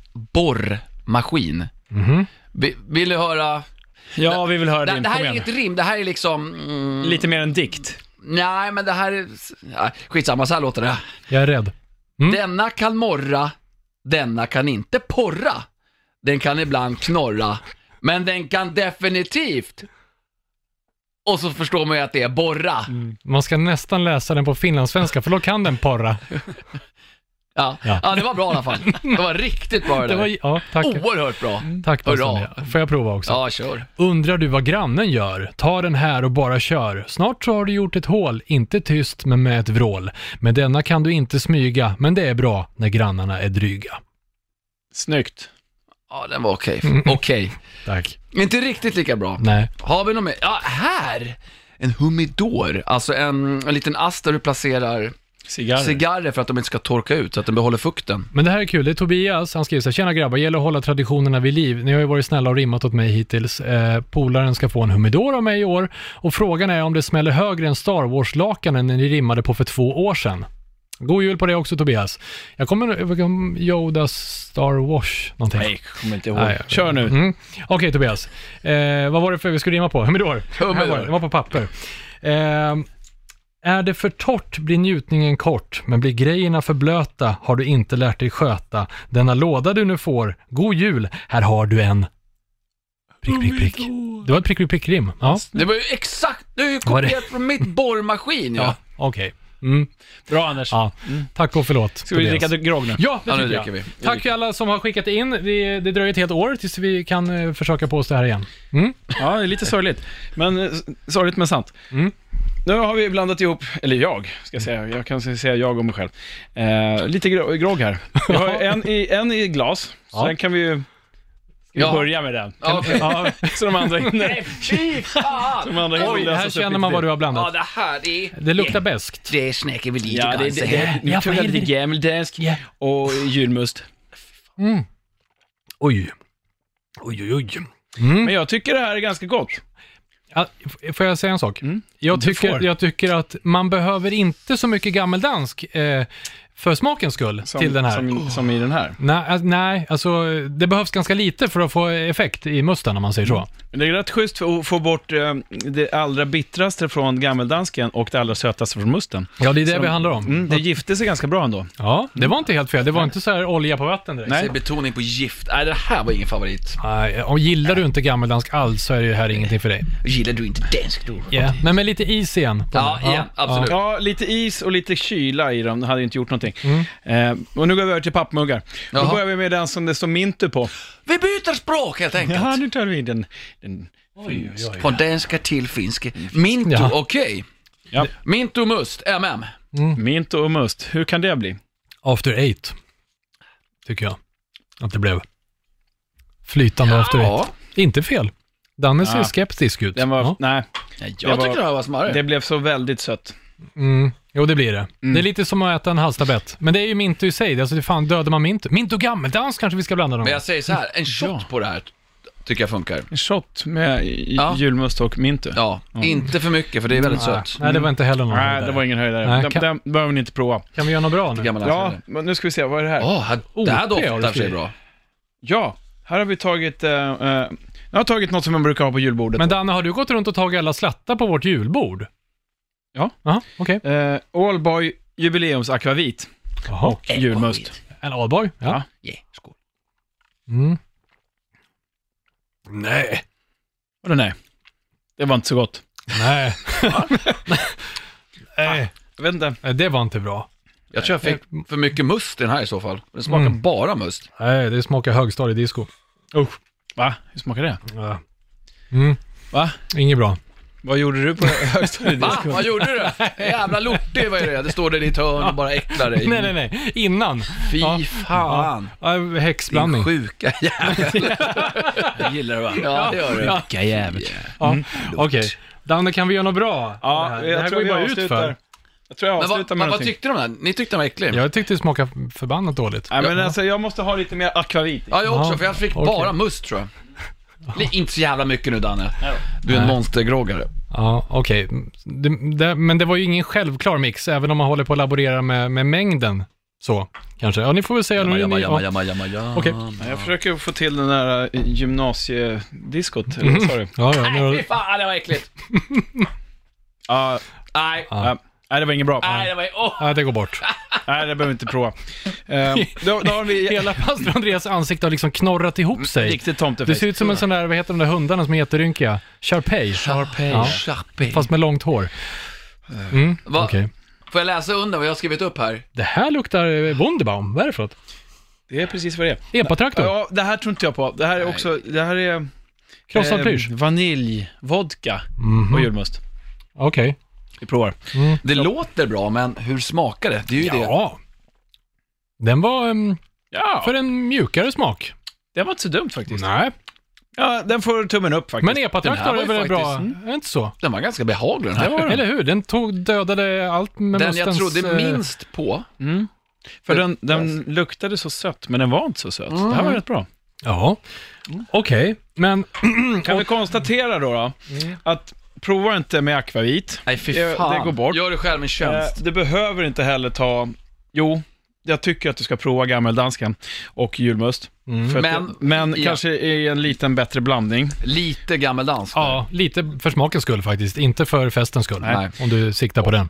Speaker 3: borrmaskin.
Speaker 2: Mhm.
Speaker 3: Vi- Vill du höra?
Speaker 1: Ja, vi vill höra
Speaker 3: Det,
Speaker 1: din.
Speaker 3: det här
Speaker 1: Kom
Speaker 3: är
Speaker 1: igen
Speaker 3: inget
Speaker 1: nu.
Speaker 3: rim, det här är liksom... Mm,
Speaker 1: Lite mer en dikt.
Speaker 3: Nej, men det här är... Ja, skitsamma, så här låter det.
Speaker 2: Jag är rädd. Mm.
Speaker 3: Denna kan morra, denna kan inte porra. Den kan ibland knorra, men den kan definitivt... Och så förstår man ju att det är borra.
Speaker 2: Man ska nästan läsa den på finlandssvenska, för då kan
Speaker 3: [laughs]
Speaker 2: den porra.
Speaker 3: Ja.
Speaker 2: Ja.
Speaker 3: Ja. det var bra i alla fall. Det var riktigt bra det,
Speaker 2: Det
Speaker 3: där.
Speaker 2: var, ja, tack. Mm.
Speaker 3: Oerhört bra.
Speaker 2: Tack
Speaker 3: Hurra.
Speaker 2: Bassania. Får jag prova också?
Speaker 3: Ja, kör.
Speaker 2: Undrar du vad grannen gör? Ta den här och bara kör. Snart så har du gjort ett hål, inte tyst men med ett vrål. Med denna kan du inte smyga, men det är bra när grannarna är dryga.
Speaker 1: Snyggt.
Speaker 3: Ja, den var okej.
Speaker 2: Mm.
Speaker 3: Okej.
Speaker 2: Tack.
Speaker 3: Inte riktigt lika bra.
Speaker 2: Nej.
Speaker 3: Har vi något mer? Ja, här! En humidor, alltså en, en liten ast där du placerar
Speaker 1: Cigarr.
Speaker 3: cigarrer för att de inte ska torka ut, så att de behåller fukten.
Speaker 2: Men det här är kul. Det är Tobias, han skriver så här, Tjena grabbar, gäller att hålla traditionerna vid liv. Ni har ju varit snälla och rimmat åt mig hittills. Eh, polaren ska få en humidor av mig i år. Och frågan är om det smäller högre än Star Wars-lakanen när ni rimmade på för två år sedan. God jul på dig också Tobias. Jag kommer... Yodas Star Wars någonting.
Speaker 1: Nej, kommer inte ihåg.
Speaker 2: Nej, jag-
Speaker 1: Kör nu.
Speaker 2: Mm. Okej Tobias, eh, vad var det för vi skulle rimma på? [laughs] Humidor.
Speaker 3: Humidor.
Speaker 2: Här var det. det var på papper. Eh, är det för torrt blir njutningen kort, men blir grejerna för blöta har du inte lärt dig sköta. Denna låda du nu får, god jul, här har du en... Prick, prick, prick. Det var ett prick, prick, prick-rim. Ja,
Speaker 3: Det var ju exakt, du har ju
Speaker 2: Var det-
Speaker 3: kopierat från mitt borrmaskin ja.
Speaker 2: ja. okej. Mm.
Speaker 1: Bra Anders.
Speaker 2: Ja. Tack och förlåt.
Speaker 1: Ska vi dricka grogg nu?
Speaker 2: Ja, det
Speaker 3: Ja, nu
Speaker 2: tycker jag.
Speaker 3: dricker vi. Nu
Speaker 2: Tack alla som har skickat in. Det, det dröjer ett helt år tills vi kan eh, försöka på oss det här igen. Mm.
Speaker 1: Ja, det är lite sorgligt. Men eh, sorgligt men sant.
Speaker 2: Mm.
Speaker 1: Nu har vi blandat ihop, eller jag, ska jag säga. Jag kan säga jag och mig själv. Eh, lite gro- grogg här. Vi har en i, en i glas, så den kan vi ju... Ska vi
Speaker 3: Ja.
Speaker 1: börja med den?
Speaker 3: Ja, okej.
Speaker 1: Ja, så de andra hinner...
Speaker 3: Fy fan!
Speaker 1: De andra hinner
Speaker 2: Oj,
Speaker 1: läsa
Speaker 2: här
Speaker 1: sig upp
Speaker 2: känner
Speaker 1: i
Speaker 2: man vad
Speaker 1: tid.
Speaker 2: du har
Speaker 3: Ja,
Speaker 2: blandat.
Speaker 3: det här är...
Speaker 2: Det luktar beskt.
Speaker 3: Det snackar vi lite
Speaker 1: Ja, det, det, det,
Speaker 2: Ja,
Speaker 1: nu tog
Speaker 2: vad
Speaker 1: jag
Speaker 2: är
Speaker 1: lite
Speaker 2: det?
Speaker 1: gammeldansk och julmust.
Speaker 2: Mm. Oj. Oj, oj, oj.
Speaker 1: Men jag tycker det här är ganska gott.
Speaker 2: Ja, f- får jag säga en sak? Jag,
Speaker 1: Mm. Du
Speaker 2: tycker,
Speaker 1: får.
Speaker 2: jag tycker att man behöver inte så mycket gammeldansk eh, för smakens skull
Speaker 1: Som,
Speaker 2: till den här. äh,
Speaker 1: Som, som i den här.
Speaker 2: Nej, alltså, nej, alltså det behövs ganska lite för att få effekt i musten om man säger så.
Speaker 1: Det är rätt schysst för att få bort eh, det allra bittraste från gammeldansken och det allra sötaste från musten.
Speaker 2: Ja, det är det
Speaker 1: Så
Speaker 2: vi
Speaker 1: de-
Speaker 2: handlar om.
Speaker 1: Mm, det gifte sig ganska bra ändå.
Speaker 2: Ja, det var inte helt fel. Det var inte så här olja på vatten direkt.
Speaker 1: Nej.
Speaker 3: Det är betoning på gift. Nej, det här var ingen favorit.
Speaker 2: Nej, och gillar du inte gammeldansk alls så är det här ingenting för dig.
Speaker 3: Gillar du inte dansk då?
Speaker 2: Yeah. Nej, men lite is igen. på
Speaker 3: Ja,
Speaker 2: den.
Speaker 3: igen. Absolut.
Speaker 1: Ja, lite is och lite kyla i dem, det hade inte gjort någonting. Eh, och nu går vi över till pappmuggar. Då
Speaker 3: Jaha.
Speaker 1: börjar vi med den som det står Mintu på.
Speaker 3: Vi byter språk helt enkelt.
Speaker 1: Ja, nu tar vi den. den.
Speaker 3: Från danska till finska. Mintu,
Speaker 2: Ja.
Speaker 3: okej.
Speaker 1: Ja.
Speaker 3: Mintu must, MM.
Speaker 1: Mintu och must, hur kan det bli?
Speaker 2: After eight, tycker jag att det blev. Flytande after eight. Inte fel. Danne ser
Speaker 1: Ja.
Speaker 2: skeptisk ut.
Speaker 1: Den var,
Speaker 2: Ja.
Speaker 1: nej,
Speaker 3: Ja,
Speaker 1: Det var-
Speaker 3: jag tyckte det här var smarrigt.
Speaker 1: det blev så väldigt sött.
Speaker 2: Mm. Jo, det blir det. Det är lite som att äta en halstabett. Men det är ju mintu i sig. Alltså, det fan, dödar man mintu? Mintu och gammeldans kanske vi ska blanda dem.
Speaker 3: Men jag säger så här, en shot på det här tycker jag funkar.
Speaker 1: En shot med i-
Speaker 3: Ja.
Speaker 1: julmust och Mintu.
Speaker 3: Ja, inte för mycket för det är väldigt sött.
Speaker 2: Mm. Nej, det var inte heller någon
Speaker 1: Nej,
Speaker 2: där.
Speaker 1: det var ingen höjdare.
Speaker 2: Nej,
Speaker 1: den,
Speaker 2: kan-
Speaker 1: den behöver ni inte prova.
Speaker 2: Kan vi göra något bra nu?
Speaker 3: Gammal
Speaker 1: Ja,
Speaker 3: ja.
Speaker 1: men nu ska vi se, vad är det här?
Speaker 3: Åh, här- det här
Speaker 2: Oh, det har du
Speaker 3: doftar sig
Speaker 2: skrivit.
Speaker 3: bra.
Speaker 1: Ja, här har vi tagit, eh, eh, jag har tagit något som man brukar ha på julbordet.
Speaker 2: Men Danne, har du gått runt och tagit alla slattar på vårt julbord?
Speaker 1: Ja.
Speaker 2: Jaha, okej.
Speaker 1: Eh, Allboy jubileumsakvavit,
Speaker 2: Jaha.
Speaker 1: julmust.
Speaker 2: En Alborg? Ja.
Speaker 1: Ja.
Speaker 3: Yeah, skål.
Speaker 2: Mm.
Speaker 1: Vadå nej? Det var inte så gott.
Speaker 2: [laughs] Nej. Nej,
Speaker 1: Jag vet inte. Eh,
Speaker 2: det var inte bra.
Speaker 3: Jag tror jag
Speaker 2: Eh,
Speaker 3: fick för mycket must i den här i så fall. Den smakar
Speaker 2: Mm.
Speaker 3: bara must.
Speaker 2: Nej, det smakar högstadiedisco. Usch.
Speaker 1: Va? Hur smakar det?
Speaker 2: Ja. Mm.
Speaker 1: Va?
Speaker 2: Inget bra.
Speaker 1: Vad gjorde
Speaker 3: [laughs]
Speaker 1: du på
Speaker 3: Va?
Speaker 1: högstadiet?
Speaker 3: Vad gjorde du? Jävla lortig vad är det? Det står där i ett hörn och bara äcklar dig.
Speaker 2: Nej, nej, nej. Innan.
Speaker 3: Fy
Speaker 2: Ja.
Speaker 3: fan.
Speaker 2: Ja,
Speaker 3: Din
Speaker 2: häxblandning.
Speaker 3: sjuka jävel.
Speaker 2: [laughs]
Speaker 3: gillar det va? Ja, det gör du.
Speaker 2: Ja.
Speaker 3: Sjuka jävel.
Speaker 2: Ja.
Speaker 3: Mm.
Speaker 2: Okej. Danne, kan vi göra något bra? det
Speaker 1: Ja,
Speaker 2: här,
Speaker 1: jag
Speaker 2: det här
Speaker 1: tror
Speaker 2: går ju
Speaker 1: jag
Speaker 2: bara ut
Speaker 1: avslutar.
Speaker 2: för.
Speaker 1: Jag tror jag
Speaker 3: Men vad,
Speaker 1: avslutar
Speaker 3: vad,
Speaker 1: med
Speaker 3: vad
Speaker 1: någonting.
Speaker 3: tyckte de där? Ni tyckte den var äcklig?
Speaker 2: Jag tyckte det smakade förbannat dåligt.
Speaker 3: Äh.
Speaker 1: Nej, men alltså, jag måste ha lite mer akvavit. i.
Speaker 3: Ja, jag också,
Speaker 2: Ja,
Speaker 3: för jag fick
Speaker 2: okej.
Speaker 3: bara must tror jag. Li- Inte så jävla mycket nu Danne. Du är en monstergroggare.
Speaker 2: Ja, okej. Det- det- Men det var ju ingen självklar mix, även om man håller på att laborera med, med mängden. Så, kanske. Ja, ni får väl säga
Speaker 3: Jamma,
Speaker 2: nu.
Speaker 3: jamma,
Speaker 2: ni-
Speaker 3: jamma, jamma,
Speaker 2: ja.
Speaker 3: jamma, jamma.
Speaker 2: Okej.
Speaker 1: Jag försöker få till den där eh, gymnasiediskot, eller vad sa du?
Speaker 2: Ja, ja, nu,
Speaker 3: Fy fan, det var äckligt.
Speaker 1: Ja,
Speaker 3: Nej,
Speaker 2: [laughs] Ja.
Speaker 1: ja. Nej, det var inget bra.
Speaker 3: nej, det var... Åh!
Speaker 2: ja, det går bort.
Speaker 1: Nej, det behöver vi inte prova. Eh, då, då
Speaker 2: [laughs]
Speaker 1: har vi
Speaker 2: Hela pastor Andreas ansikte har liksom knorrat
Speaker 3: Mm,
Speaker 2: ihop sig.
Speaker 1: riktigt
Speaker 2: Det
Speaker 1: tomtefest.
Speaker 2: ser ut som en sån där, vad heter de där hundarna som är jätterynkiga? Sharpei.
Speaker 3: Sharpay,
Speaker 2: Ja.
Speaker 3: sharpay.
Speaker 2: Fast med långt hår. Mm,
Speaker 3: Va?
Speaker 2: okej.
Speaker 3: Får jag läsa under vad jag har skrivit upp här?
Speaker 2: Det här luktar eh, Wunderbaum. Vad är det för något?
Speaker 1: Det är precis vad det är.
Speaker 2: Epatraktor?
Speaker 1: Ja, det här tror inte jag på. Det här är också, det här är...
Speaker 2: Krossad
Speaker 1: eh,
Speaker 2: plysch?
Speaker 1: Vanilj, vodka och julmust.
Speaker 2: Okej.
Speaker 1: Vi provar.
Speaker 3: Det låter bra, men hur smakar det? Det är ju det.
Speaker 2: Ja. Den var em,
Speaker 1: Ja,
Speaker 2: för en mjukare smak.
Speaker 1: det var inte så dumt faktiskt.
Speaker 2: Nej.
Speaker 1: Ja, den får tummen upp faktiskt.
Speaker 2: Men
Speaker 3: Den här
Speaker 2: epatraktor
Speaker 3: var
Speaker 2: är
Speaker 3: ju
Speaker 2: väl bra?
Speaker 3: faktiskt-
Speaker 2: Är det inte så?
Speaker 3: Den var ganska behaglig den här.
Speaker 2: Eller hur? Den tog, dödade allt med
Speaker 3: Den jag
Speaker 2: mustens,
Speaker 3: trodde
Speaker 2: eh,
Speaker 3: minst på.
Speaker 1: För Mm. den, den luktade så sött, men den var inte så söt. Det här var rätt bra.
Speaker 2: Ja.
Speaker 3: Mm.
Speaker 2: Okej, men
Speaker 1: Kan vi konstatera då, då att prova inte med akvavit.
Speaker 3: Nej, fy
Speaker 1: Det-
Speaker 3: fan.
Speaker 1: det går bort.
Speaker 3: Gör dig själv en
Speaker 1: Eh,
Speaker 3: tjänst.
Speaker 1: Du behöver inte heller ta... Jo, jag tycker att du ska prova gammeldanskan och julmust. För att-
Speaker 3: Men-
Speaker 1: Mm. men
Speaker 3: ja.
Speaker 1: kanske i en liten bättre blandning.
Speaker 3: Eh. Lite gammeldans.
Speaker 2: ja, lite för smakens skull faktiskt. Inte för festens skull,
Speaker 3: Nej.
Speaker 2: om du siktar på den.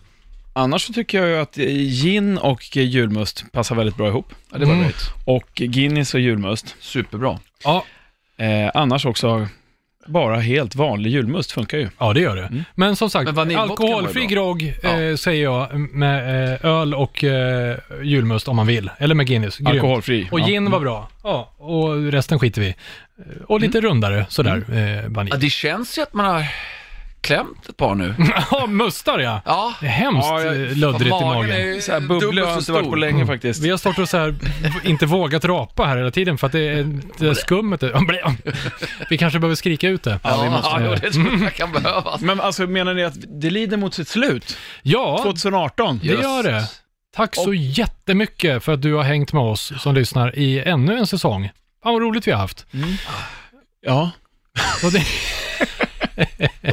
Speaker 1: Annars så tycker jag ju att eh, gin och eh, julmust passar väldigt bra ihop.
Speaker 3: Ja, det var mm.
Speaker 1: Och Guinness och julmust.
Speaker 3: Superbra.
Speaker 2: Ja,
Speaker 1: Eh, annars också bara helt vanlig julmust funkar ju.
Speaker 2: ja det gör det. Men som sagt,
Speaker 3: Mm. Men vaniljvodka var
Speaker 2: alkoholfri
Speaker 3: ju
Speaker 2: grogg eh,
Speaker 3: Ja.
Speaker 2: säger jag med eh, öl och eh, julmust om man vill. Eller med Guinness. Grymt.
Speaker 1: Alkoholfri.
Speaker 2: Och
Speaker 1: Ja.
Speaker 2: gin var bra. Ja, och resten skiter vi i. Och lite rundare sådär, eh,
Speaker 3: Mm. Ja,
Speaker 2: vanilj.
Speaker 3: det känns ju att man har klämt ett par [laughs] nu.
Speaker 2: [laughs] Ja, mustar ja.
Speaker 3: Ja.
Speaker 2: Det är hemskt
Speaker 1: Ja,
Speaker 2: ja,
Speaker 1: jag-
Speaker 2: löddrigt i magen.
Speaker 3: är ju
Speaker 1: Så Mm. här bubblor
Speaker 3: dubbelt
Speaker 1: har
Speaker 3: så
Speaker 1: inte varit på
Speaker 3: stor.
Speaker 1: länge faktiskt.
Speaker 2: Vi har stått och så här, [laughs] inte vågat rapa här hela tiden för att det, är- det är skummet. [laughs] Vi kanske behöver skrika ut det.
Speaker 3: Ja, ja, det tror jag kan behövas.
Speaker 1: Men alltså menar ni att det lider mot sitt slut?
Speaker 2: Ja,
Speaker 1: 2018?
Speaker 2: det gör det. Tack så jättemycket för att du har hängt med oss som lyssnar i ännu en säsong. Fan vad roligt vi har haft.
Speaker 1: Ja.
Speaker 2: Och det... [laughs]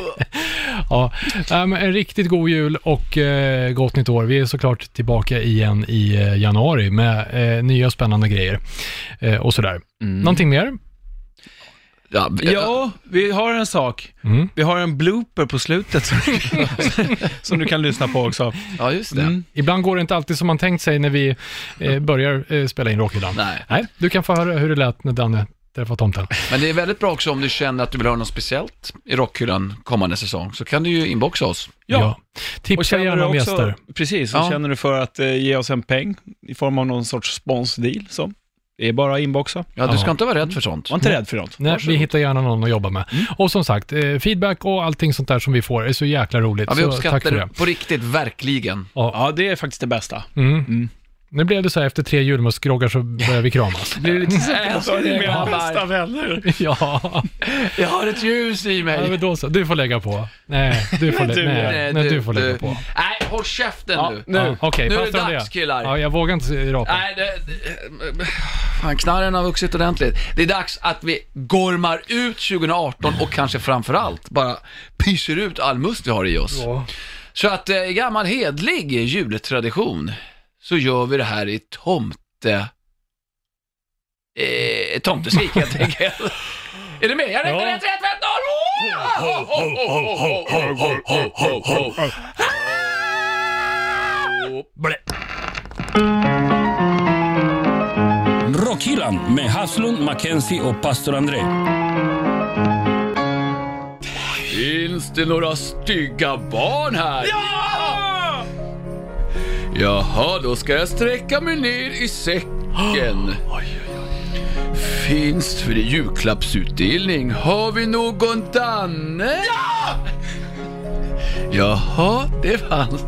Speaker 2: ja, nej, men en riktigt god jul och eh, gott nytt år. Vi är såklart tillbaka igen i eh, januari
Speaker 1: Mm.
Speaker 2: med eh, nya spännande grejer eh, och sådär. Någonting mer?
Speaker 3: [laughs] Ja,
Speaker 1: Ja, vi har en sak. Vi har en blooper på slutet [laughs] som, som du kan lyssna på också.
Speaker 3: ja, just det.
Speaker 1: Mm.
Speaker 2: Ibland går det inte alltid som man tänkt sig när vi eh, börjar eh, spela in Rockydam.
Speaker 3: Nej.
Speaker 2: Nej, du kan få höra hur det lät när Danne träffade tomten.
Speaker 3: Men det är väldigt bra också om du känner att du vill höra något speciellt i rockhyllan kommande säsong, så kan du ju inboxa oss.
Speaker 1: Ja. Och
Speaker 2: Tipsa
Speaker 1: känner
Speaker 2: gärna
Speaker 1: du
Speaker 2: om
Speaker 1: också,
Speaker 2: gäster.
Speaker 1: Precis, och
Speaker 3: Ja.
Speaker 1: känner du för att eh, ge oss en peng i form av någon sorts sponsdeal, så det är bara att inboxa.
Speaker 3: Ja, du
Speaker 2: Ja.
Speaker 3: ska inte vara rädd för sånt.
Speaker 1: Var inte rädd för något.
Speaker 2: Nej, vi
Speaker 1: Varsågod.
Speaker 2: hittar gärna någon att jobba med.
Speaker 3: Mm.
Speaker 2: Och som sagt, eh, feedback och allting sånt där som vi får är så jäkla roligt.
Speaker 3: Ja, vi
Speaker 2: så tack
Speaker 3: uppskattar
Speaker 2: för det.
Speaker 3: det på riktigt, verkligen.
Speaker 1: Ja, det är faktiskt det bästa.
Speaker 2: Mm. Nu blev det så här, efter tre julmustgroggar så börjar
Speaker 3: [laughs]
Speaker 2: vi kramas.
Speaker 1: Blir det lite så
Speaker 3: grabbar.
Speaker 1: bästa vänner.
Speaker 2: [laughs] ja.
Speaker 3: Jag har ett ljus i
Speaker 2: Ja,
Speaker 3: mig.
Speaker 2: men då så. Du får lägga på. Nej, du får, lä-
Speaker 1: Du,
Speaker 2: nej,
Speaker 3: [laughs] Nej,
Speaker 2: nej, du får lägga på.
Speaker 3: Nej, håll käften nu.
Speaker 1: Nu.
Speaker 2: Ja, Okej,
Speaker 3: Nu är det
Speaker 2: passar
Speaker 3: dags, killar.
Speaker 2: Ja, jag vågar inte se- rapa.
Speaker 3: Nej, det, det, fan, knarren har vuxit ordentligt. Det är dags att vi gormar ut 2018 och kanske framför allt bara pyser ut all must vi har i oss. Så att eh, i gammal hedlig jultradition så gör vi det här i tomte... Eh, tomteskrik [laughs] helt enkelt. Är du med? Jag räknar rätt, rätt, vänta! Ho, ho, ho, ho, ho, ho, ho, ho, ho, ho, ho. Ah!
Speaker 4: Rockhyllan med Haslund, Mackenzie och pastor André.
Speaker 3: Finns det några stygga barn här? Ja! Jaha, då ska jag sträcka mig ner i [gasps] säcken. Finns det för julklappsutdelning? Har vi någon Danne? Ja! Jaha, det fanns.